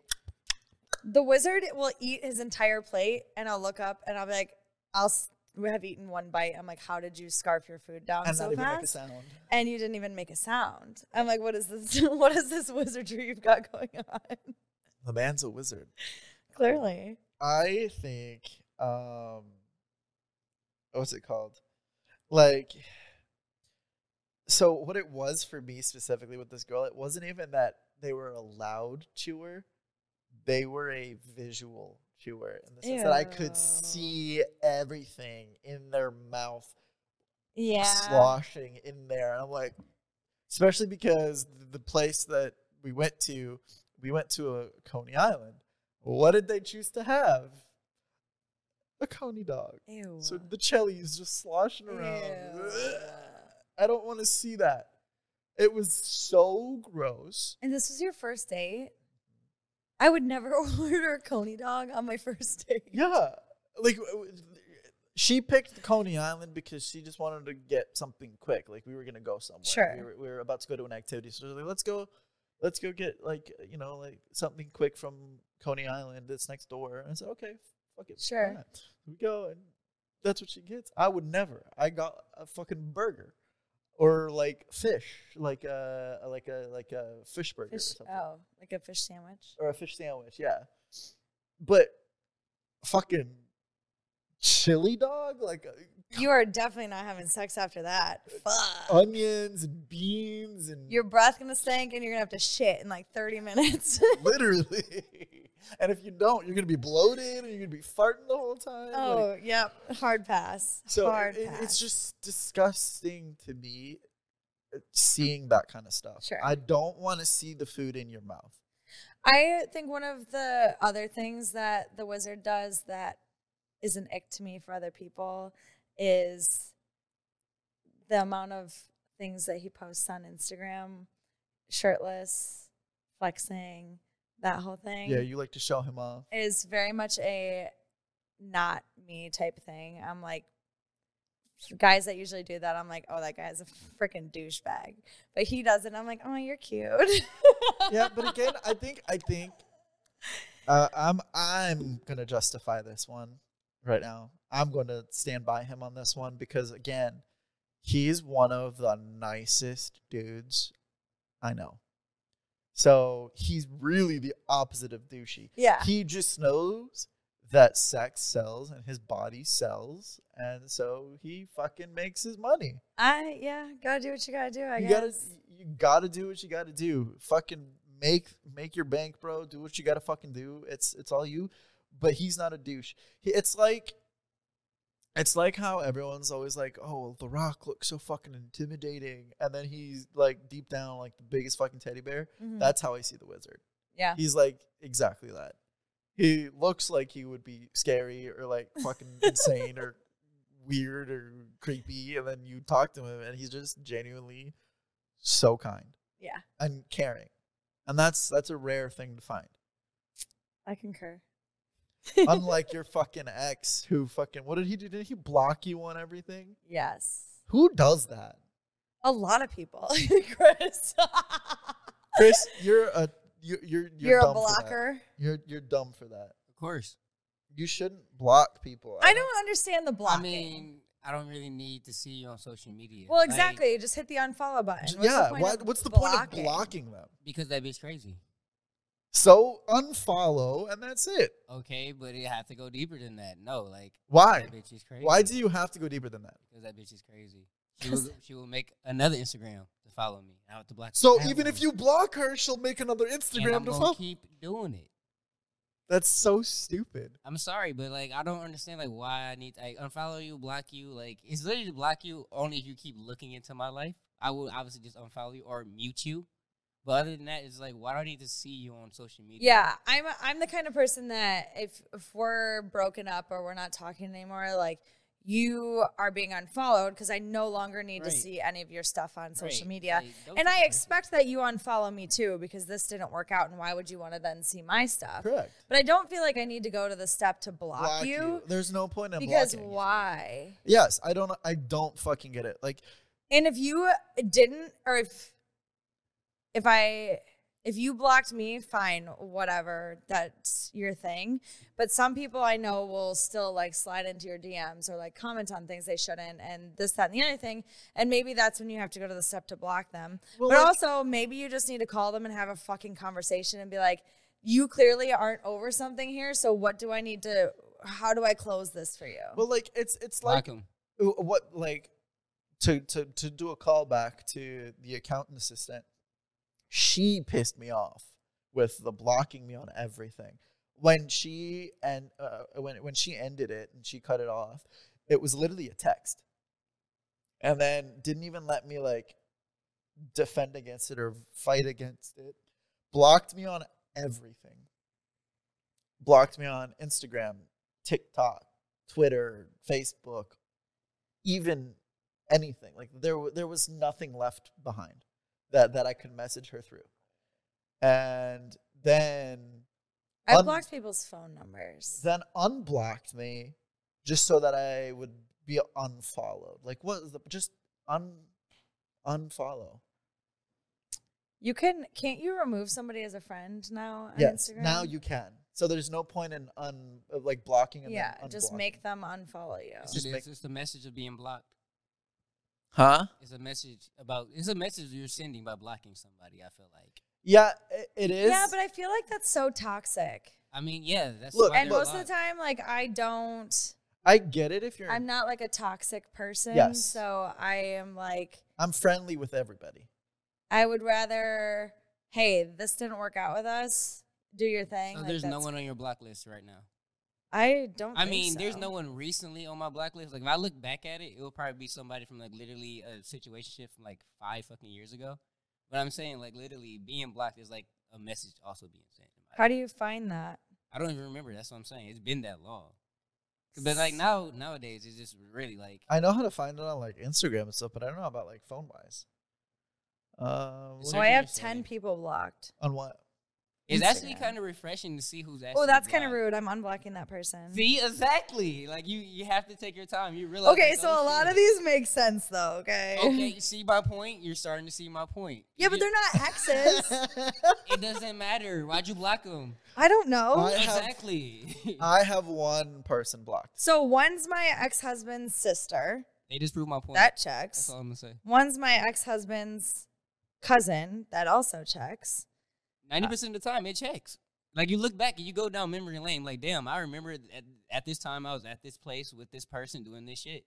S1: The wizard will eat his entire plate, and I'll look up and I'll be like, I'll s- have eaten one bite. I'm like, how did you scarf your food down
S2: and
S1: so
S2: not even make a
S1: fast?
S2: sound.
S1: and you didn't even make a sound. I'm like, what is this? what is this wizardry you've got going on?
S2: The man's a wizard.
S1: Clearly.
S2: I think um what's it called? Like so what it was for me specifically with this girl, it wasn't even that they were a loud chewer. They were a visual chewer in the sense that I
S1: Ew.
S2: could see everything in their mouth
S1: Yeah.
S2: sloshing in there. And I'm like, especially because th- the place that we went to, we went to a Coney Island. What did they choose to have? A Coney dog.
S1: Ew.
S2: So the chelly is just sloshing around.
S1: Ew.
S2: I don't want to see that. It was so gross.
S1: And this was your first date? I would never order a Coney dog on my first date.
S2: Yeah. Like, w- w- she picked the Coney Island because she just wanted to get something quick. Like, we were going to go somewhere. We
S1: Sure.
S2: were, we were about to go to an activity. So, she was like, let's go, let's go get, like, you know, like something quick from Coney Island that's next door. And I said, okay, fuck it. why
S1: Sure.
S2: not? So we go, and that's what she gets. I would never. I got a fucking burger. Or like fish, like a like a like a fish burger. or
S1: Fish,
S2: something
S1: oh, like a fish sandwich.
S2: or a fish sandwich, yeah. But fucking chili dog, like uh,
S1: You are definitely not having sex after that.
S2: oh.
S1: Fuck.
S2: onions and beans and
S1: Your breath gonna stink and you're gonna have to shit in like 30 minutes.
S2: literally. and if you don't, you're gonna be bloated and you're gonna be farting the whole time. like-
S1: oh, yep. Hard pass.
S2: so
S1: Hard
S2: it-
S1: pass.
S2: it's just disgusting to me uh, seeing that kind of stuff.
S1: Sure.
S2: I don't want to see the food in your mouth.
S1: I think one of the other things that the wizard does that is an ick to me for other people is the amount of things that he posts on Instagram, shirtless, flexing, that whole thing
S2: Yeah, you like to show him off.
S1: is very much a not me type thing. I'm like, guys that usually do that, I'm like, oh, that guy's a freaking douchebag. But he doesn't. I'm like, oh, you're cute.
S2: yeah, but again, I think I think uh, I'm I'm gonna justify this one right now. I'm going to stand by him on this one because again, he's one of the nicest dudes I know. So he's really the opposite of douchey.
S1: Yeah.
S2: He just knows that sex sells and his body sells, and so he fucking makes his money
S1: I yeah, gotta do what you gotta do. I
S2: you
S1: guess.
S2: gotta you gotta do what you gotta do. Fucking make make your bank, bro. Do what you gotta fucking do. It's it's all you. But he's not a douche. He, it's like it's like how everyone's always like, "Oh, well, The Rock looks so fucking intimidating," and then he's like deep down like the biggest fucking teddy bear.
S1: Mhm.
S2: That's how I see the wizard.
S1: yeah.
S2: He's like exactly that. He looks like he would be scary or like fucking insane or weird or creepy, and then you talk to him and he's just genuinely so kind
S1: Yeah.
S2: and caring, and that's that's a rare thing to find.
S1: I concur.
S2: Unlike your fucking ex, who fucking what did he do? Did he block you on everything?
S1: Yes.
S2: Who does that?
S1: A lot of people, Chris.
S2: Chris, you're a you're you're
S1: You're, a
S2: dumb for that.
S1: blocker.
S2: You're you're dumb for that.
S3: Of course.
S2: You shouldn't block people.
S1: I don't understand the blocking.
S3: I mean, I don't really need to see you on social media.
S1: well,
S3: Like,
S1: exactly. just hit the unfollow button. What's
S2: yeah,
S1: The point
S2: what,
S1: of
S2: what's the point of blocking them?
S3: because that bitch crazy.
S2: So unfollow, and that's it.
S3: Okay, but you have to go deeper than that. No, like
S2: Why?
S3: that bitch is crazy.
S2: Why do you have to go deeper than that?
S3: Because that bitch is crazy. She will, she will make another Instagram to follow me. Out the black.
S2: So
S3: that
S2: even
S3: one.
S2: if you block her, she'll make another
S3: and
S2: Instagram
S3: I'm
S2: to
S3: gonna
S2: follow.
S3: keep doing it.
S2: That's so stupid.
S3: I'm sorry, but like I don't understand like why I need to like, unfollow you, block you. Like it's literally to block you only if you keep looking into my life. I will obviously just unfollow you or mute you. But other than that, it's like why do I need to see you on social media?
S1: Yeah, I'm a, I'm the kind of person that if if we're broken up or we're not talking anymore, like you are being unfollowed because I no longer need
S3: Right.
S1: to see any of your stuff on social
S3: Right,
S1: media.
S3: like, those
S1: and
S3: are
S1: I
S3: crazy.
S1: expect that you unfollow me too because this didn't work out, and why would you want to then see my stuff?
S2: Correct.
S1: But I don't feel like I need to go to the step to block, you,
S2: There's no point in
S1: because
S2: blocking.
S1: why?
S2: Yes, I don't. I don't fucking get it. Like,
S1: And if you didn't, or if if I if you blocked me, fine, whatever, that's your thing. But some people I know will still like slide into your DMs or like comment on things they shouldn't, and this, that, and the other thing. And maybe that's when you have to go to the step to block them.
S2: Well,
S1: but
S2: like-
S1: also, maybe you just need to call them and have a fucking conversation and be like, "You clearly aren't over something here. So what do I need to? How do I close this for you?"
S2: well, like it's it's
S3: block
S2: like
S3: them.
S2: w- what like to to to do a callback to the accountant assistant she pissed me off with the blocking me on everything when she and uh, when when she ended it and she cut it off it was literally a text and then didn't even let me like defend against it or fight against it blocked me on everything blocked me on instagram tiktok twitter facebook even anything. Like there, w- there was nothing left behind that that I could message her through. And then,
S1: I
S2: un-
S1: blocked people's phone numbers.
S2: then unblocked me, just so that I would be unfollowed. Like what? is The, just un, unfollow.
S1: You can can't you remove somebody as a friend now on
S2: yes,
S1: Instagram?
S2: now you can. So there's no point in un uh, like blocking and
S1: yeah,
S2: then
S1: just
S2: unblocking.
S1: make them unfollow you.
S3: It's,
S2: Just
S3: just
S2: make-
S3: it's a message of being blocked.
S2: huh.
S3: It's a message about it's a message you're sending by blocking somebody. I feel like.
S2: Yeah, i- it is.
S1: yeah, but I feel like that's so toxic.
S3: I mean, yeah, that's
S2: Look,
S3: why
S1: and
S3: they're
S1: most of the
S3: blocked.
S1: time, like I don't.
S2: I get it if you're.
S1: I'm not like a toxic person.
S2: Yes.
S1: So I am like
S2: I'm friendly with everybody.
S1: I would rather. Hey, this didn't work out with us. Do your thing.
S3: So
S1: like,
S3: there's no
S1: that's-
S3: one on your block list right now.
S1: I don't.
S3: I
S1: think
S3: mean, there's
S1: so.
S3: no one recently on my black list. Like, if I look back at it, it will probably be somebody from like literally a situation from like five fucking years ago. But I'm saying, like, literally being blocked is like a message also being sent.
S1: How do you find that?
S3: I don't even remember. That's what I'm saying. It's been that long. But like now nowadays it's just really like
S2: I know how to find it on like Instagram and stuff, but I don't know about like phone wise. Uh, what-
S1: So I
S3: Searching
S1: have
S3: is
S1: ten
S3: saying-
S1: people blocked.
S2: on what?
S3: it's actually
S1: Instagram.
S3: kind of refreshing to see who's actually.
S1: Oh, that's kind of
S3: blocked.
S1: rude. I'm unblocking that person.
S3: See, exactly. Like you, you have to take your time. You realize.
S1: Okay,
S3: like,
S1: so a
S3: oh,
S1: lot
S3: shit.
S1: of these make sense though. Okay.
S3: Okay, you see my point. You're starting to see my point.
S1: Yeah, but they're not exes.
S3: It doesn't matter. Why'd you block them?
S1: I don't know.
S2: I have- Uh,
S3: Exactly.
S2: I have one person blocked.
S1: So one's my ex-husband's sister.
S3: they just proved my point.
S1: That
S3: That's
S1: checks.
S3: all I'm gonna say.
S1: One's my ex-husband's cousin. That also checks.
S3: Ninety percent of the time, it checks. Like you look back and you go down memory lane. Like, damn, I remember at, at this time I was at this place with this person doing this shit.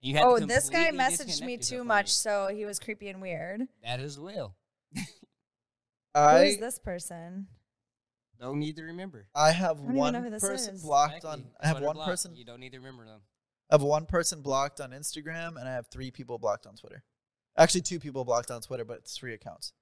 S3: You had to
S1: Oh, this guy
S3: completely
S1: messaged
S3: disconnect
S1: me
S3: yourself
S1: too
S3: from
S1: much,
S3: it.
S1: so he was creepy and weird.
S3: That as well.
S1: Who is
S2: I
S1: this person?
S3: Don't need to remember.
S2: I have
S1: don't even
S2: one
S1: know who this
S2: person
S1: is.
S2: blocked
S3: Exactly.
S2: on. I
S3: That's
S2: have
S3: why they're
S2: one
S3: blocked.
S2: person.
S3: You don't need to remember them.
S2: I have one person blocked on Instagram, and I have three people blocked on Twitter. Actually, two people blocked on Twitter, but it's three accounts.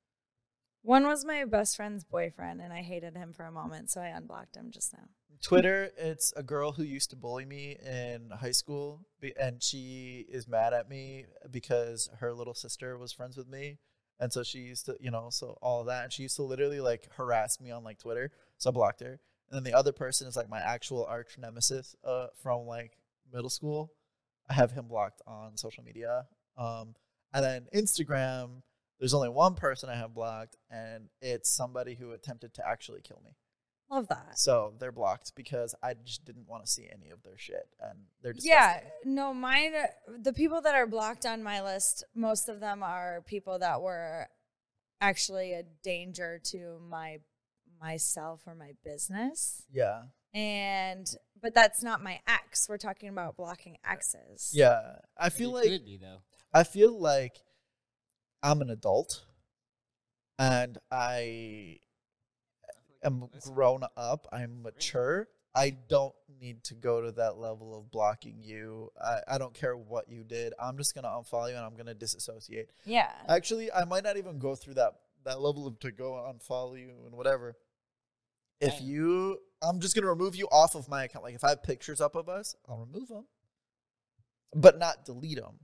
S1: One was my best friend's boyfriend, and I hated him for a moment, so I unblocked him just now.
S2: Twitter, it's a girl who used to bully me in high school, be- and she is mad at me because her little sister was friends with me, and so she used to, you know, so all of that, and she used to literally like harass me on like Twitter, so I blocked her. And then the other person is like my actual arch nemesis uh, from like middle school. I have him blocked on social media, um, and then Instagram. There's only one person I have blocked, and it's somebody who attempted to actually kill me.
S1: Love that.
S2: So they're blocked because I just didn't want to see any of their shit, and they're
S1: Yeah,
S2: disgusting.
S1: no, mine. The people that are blocked on my list, most of them are people that were actually a danger to my myself or my business.
S2: yeah,
S1: And but that's not my ex. We're talking about blocking exes.
S2: yeah. I
S3: But
S2: feel
S3: it
S2: like
S3: could be though.
S2: I feel like I'm an adult, and I am grown up. I'm mature. I don't need to go to that level of blocking you. I, I don't care what you did. I'm just gonna unfollow you and I'm gonna disassociate.
S1: Yeah.
S2: Actually, I might not even go through that that level of to go unfollow you and whatever. If
S3: Damn.
S2: you, I'm just gonna remove you off of my account. Like if I have pictures up of us, I'll remove them, but not delete them.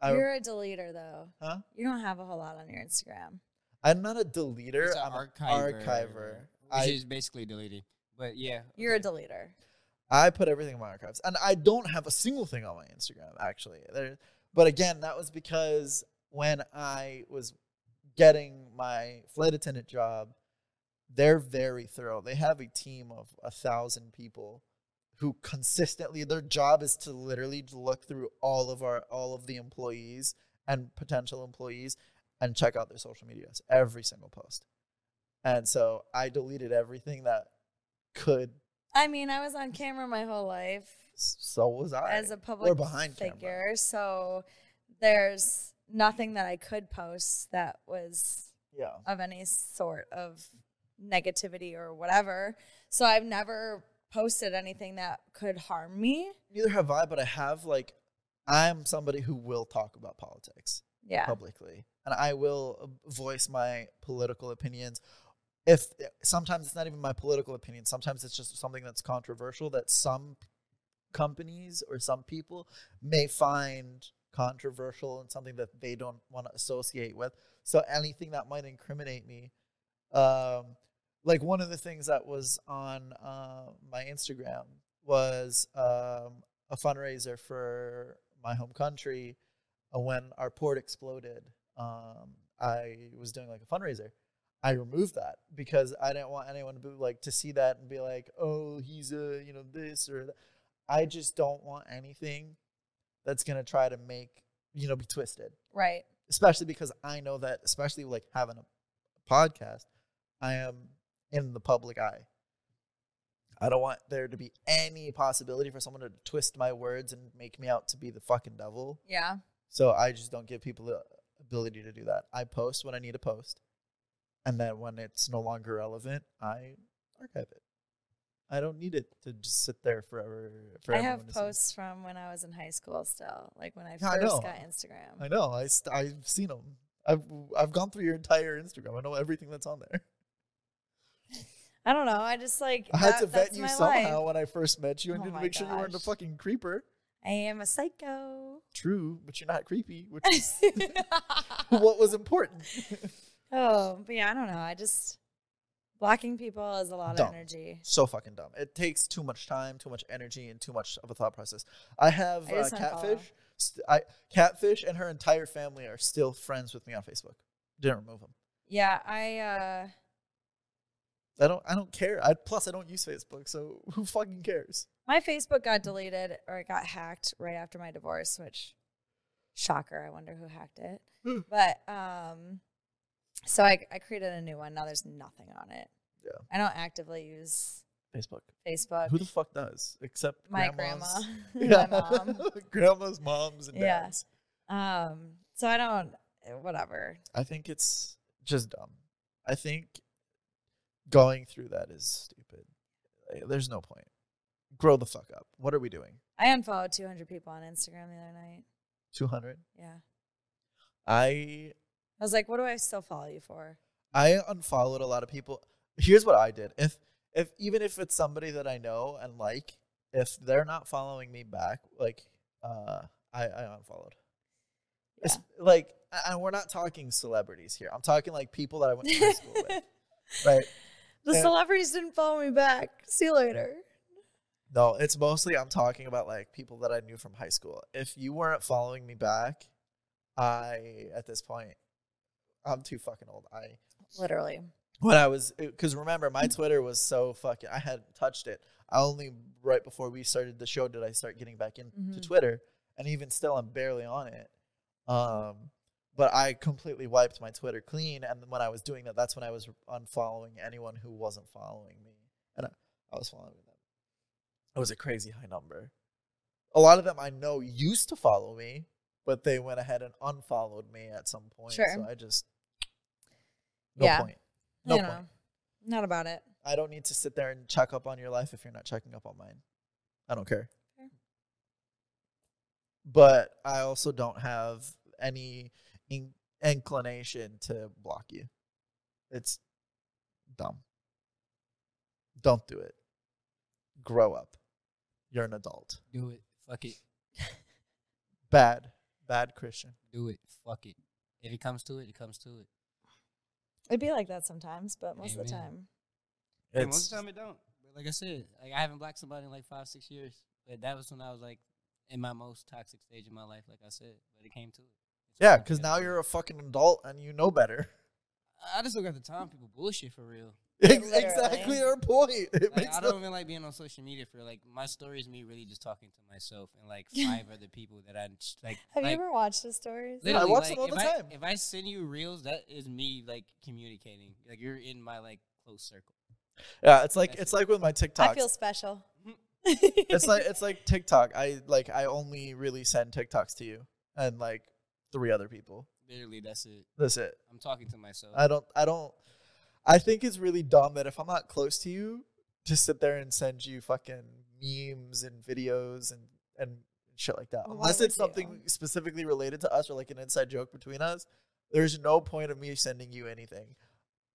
S2: I,
S1: You're a deleter though.
S2: huh?
S1: You don't have a whole lot on your Instagram.
S2: I'm not a deleter.
S3: It's a
S2: I'm an
S3: archiver,
S2: archiver.
S3: which
S2: I,
S3: is basically deleting. But yeah,
S1: You're a deleter.
S2: I put everything in my archives, and I don't have a single thing on my Instagram actually. There, but again, that was because when I was getting my flight attendant job, they're very thorough. They have a team of a thousand people who consistently their job is to literally look through all of our all of the employees and potential employees and check out their social medias every single post. And so I deleted everything that could.
S1: I mean, I was on camera my whole life
S2: So was I
S1: as a public
S2: We're behind camera.
S1: figure, so there's nothing that I could post that was
S2: Yeah.
S1: of any sort of negativity or whatever. So I've never posted anything that could harm me.
S2: Neither have I, but I have like I'm somebody who will talk about politics
S1: Yeah.
S2: publicly. And I will uh, voice my political opinions. If eh, sometimes it's not even my political opinion, sometimes it's just something that's controversial that some companies or some people may find controversial and something that they don't want to associate with. So anything that might incriminate me, um, like one of the things that was on uh, my Instagram was um, a fundraiser for my home country. Uh, when our port exploded, um, I was doing like a fundraiser. I removed that because I didn't want anyone to be like to see that and be like, "Oh, he's a you know this or that." I just don't want anything that's gonna try to make you know be twisted
S1: Right.
S2: especially because I know that, especially like having a podcast, I am in the public eye. I don't want there to be any possibility for someone to twist my words and make me out to be the fucking devil.
S1: Yeah.
S2: So I just don't give people the ability to do that. I post when I need to post. And then when it's no longer relevant, I archive it. I don't need it to just sit there forever. For
S1: I
S2: everyone
S1: have
S2: to see.
S1: posts from when I was in high school still, like when I
S2: Yeah, I
S1: first
S2: know.
S1: got Instagram.
S2: I know. I st- I've seen them. I've I've gone through your entire Instagram. I know everything that's on there.
S1: I don't know. I just like
S2: I had
S1: that-
S2: to vet
S1: that's
S2: you
S1: my
S2: somehow
S1: life.
S2: when I first met you. I
S1: Oh
S2: needed to
S1: my
S2: make sure you weren't a
S1: gosh.
S2: fucking creeper.
S1: I am a psycho.
S2: True, but you're not creepy, which is what was important.
S1: oh, but yeah, I don't know. I just blocking people is a lot
S2: Dumb.
S1: of energy.
S2: so fucking dumb. It takes too much time, too much energy, and too much of a thought process. I have
S1: I
S2: uh,
S1: just unfollow.
S2: catfish. St- I catfish and her entire family are still friends with me on Facebook. Didn't remove them.
S1: Yeah, I uh
S2: I don't. I don't care. I plus I don't use Facebook, so who fucking cares?
S1: my Facebook got deleted or it got hacked right after my divorce, which shocker, I wonder who hacked it.
S2: Hmm.
S1: but um so I, I created a new one. Now there's nothing on it.
S2: Yeah.
S1: I don't actively use
S2: Facebook.
S1: Facebook.
S2: Who the fuck does? Except
S1: my grandma,
S2: grandmas.
S1: my mom.
S2: grandma's moms and
S1: Yeah.
S2: dads.
S1: Um, so I don't, whatever.
S2: I think it's just dumb. I think going through that is stupid. Like, There's no point. Grow the fuck up. What are we doing?
S1: I unfollowed 200 people on Instagram the other night.
S2: Two hundred.
S1: Yeah.
S2: I
S1: I was like, what do I still follow you for?
S2: I unfollowed a lot of people. Here's what I did. If if even if it's somebody that I know and like, if they're not following me back, like uh I, I unfollowed. It's like and we're not talking celebrities here. I'm talking like people that I went to high school with. Right.
S1: The
S2: Yeah.
S1: celebrities didn't follow me back. See you later.
S2: No, it's mostly I'm talking about like people that I knew from high school. If you weren't following me back, I at this point I'm too fucking old. I
S1: Literally.
S2: when I was because remember my Twitter was so fucking I hadn't touched it. I only right before we started the show did I start getting back into
S1: Mhm.
S2: Twitter, and even still I'm barely on it. Um, but I completely wiped my Twitter clean, and when I was doing that, that's when I was unfollowing anyone who wasn't following me, and I, I was following them. It was a crazy high number. A lot of them I know used to follow me, but they went ahead and unfollowed me at some point. So
S1: Sure.
S2: I just no
S1: Yeah.
S2: point. No
S1: you
S2: point.
S1: know, not about it.
S2: I don't need to sit there and check up on your life if you're not checking up on mine. I don't care.
S1: Fair.
S2: But I also don't have any in- inclination to block you. It's dumb. Don't do it. Grow up. You're an adult.
S3: Do it. Fuck it.
S2: Bad, bad Christian.
S3: Do it. Fuck it. If it comes to it, it comes to it.
S1: It'd be like that sometimes, but most of the
S3: Amen.
S1: time.
S3: And most of
S2: It's
S3: the time it don't. But like I said, like I haven't blacked somebody in like five, six years. But that was when I was like in my most toxic stage of my life, like I said. But it came to it. It's
S2: yeah,
S3: fine.
S2: because now you're a fucking adult and you know better.
S3: I just don't got the time. People bullshit for real.
S1: Literally.
S2: exactly our point. It
S3: Like,
S2: makes
S3: I
S2: no
S3: don't even like being on social media for like my story is me really just talking to myself and like five other people that I just, like.
S1: Have
S3: like,
S1: you ever watched his stories?
S2: Yeah.
S3: literally,
S2: watch them all
S3: if
S2: the
S3: I-
S2: time.
S3: If I send you reels, that is me like communicating. Like you're in my like close circle.
S2: Yeah, it's like
S3: That's
S2: it's like with my TikToks.
S1: I feel special.
S2: Mm-hmm. it's like it's like TikTok. I like I only really send TikToks to you and like three other people.
S3: Literally, that's it.
S2: That's it.
S3: I'm talking to myself.
S2: I don't I don't I think it's really dumb that if I'm not close to you, to sit there and send you fucking memes and videos and and shit like that.
S1: Well, why
S2: Unless it's
S1: would you?
S2: something specifically related to us or like an inside joke between us, there's no point of me sending you anything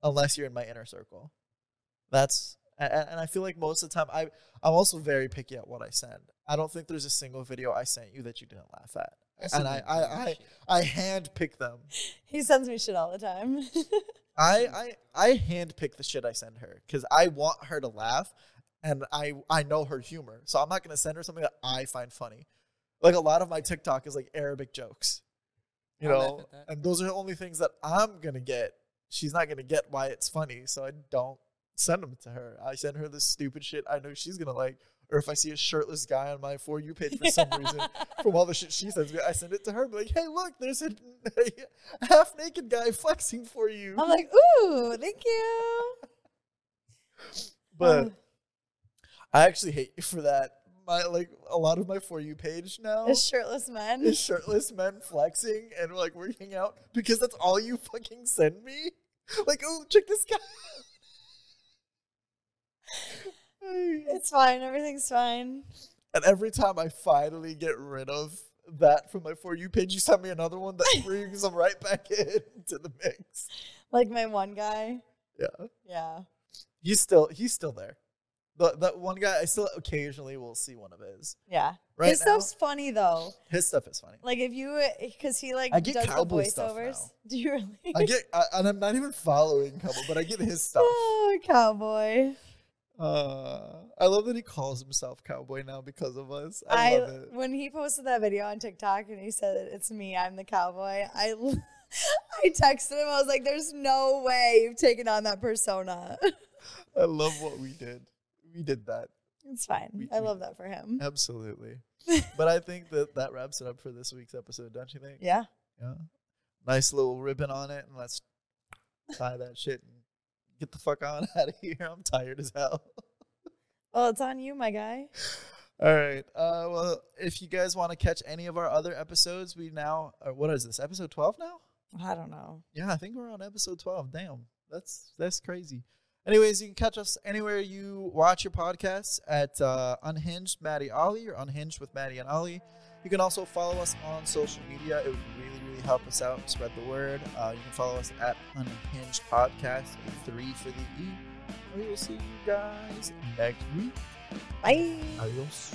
S2: unless you're in my inner circle. That's and, and I feel like most of the time I I'm also very picky at what I send. I don't think there's a single video I sent you that you didn't laugh at.
S3: That's
S2: and
S3: some
S2: I-
S3: like
S2: I-
S3: dumb
S2: I-
S3: shit.
S2: I hand pick them.
S1: he sends me shit all the time.
S2: I I I handpick the shit I send her because I want her to laugh, and I I know her humor, so I'm not gonna send her something that I find funny. Like a lot of my TikTok is like Arabic jokes, you
S3: I laugh
S2: know,
S3: at that.
S2: and those are the only things that I'm gonna get. She's not gonna get why it's funny, so I don't send them to her. I send her this stupid shit I know she's gonna like, or if I see a shirtless guy on my for you page for some reason, from all the shit she sends me, I send it to her. Be like, hey, look, there's a half naked guy flexing for you.
S1: I'm like, ooh, thank you.
S2: but
S1: Oh.
S2: I actually hate you for that. My like a lot of my for you page now
S1: It's Um, shirtless men.
S2: is shirtless men flexing and like working out because that's all you fucking send me. Like, oh, check this guy. out."
S1: It's fine. Everything's fine.
S2: and every time I finally get rid of that from my for you page, you send me another one that brings them right back into the mix.
S1: Like my one guy.
S2: Yeah,
S1: Yeah.
S2: You still he's still there. But that one guy I still occasionally will see one of his.
S1: Yeah.
S2: Right
S1: His
S2: now,
S1: stuff's funny though.
S2: his stuff is funny.
S1: Like if you, because he like
S2: I get
S1: does the
S2: cowboy stuff
S1: voiceovers.
S2: now.
S1: Do you really?
S2: I get I, and I'm not even following Cowboy, but I get his stuff.
S1: Oh, cowboy.
S2: Uh, I love that he calls himself Cowboy now because of us. I,
S1: I,
S2: love it.
S1: when he posted that video on TikTok and he said that it's me, I'm the cowboy. I l- I texted him. I was like, "There's no way you've taken on that persona."
S2: I love what we did. We did that.
S1: it's fine.
S2: We-
S1: I
S2: we-
S1: love that for him.
S2: Absolutely. but I think that that wraps it up for this week's episode, don't you think?
S1: Yeah.
S2: Yeah. Nice little ribbon on it, and let's tie that shit and get the fuck on out of here. I'm tired as hell.
S1: Well, it's on you, my guy.
S2: All right. Uh, well, if you guys want to catch any of our other episodes, we now uh, what is this episode twelve now?
S1: I don't know.
S2: Yeah, I think we're on episode twelve. Damn, that's that's crazy. Anyways, you can catch us anywhere you watch your podcasts at uh, Unhinged Maddie Ollie or Unhinged with Maddie and Ollie. You can also follow us on social media. It would really, really help us out. Spread the word. Uh, you can follow us at Unhinged Podcast with three for the E. We will see you guys next week.
S1: Bye.
S2: Adios.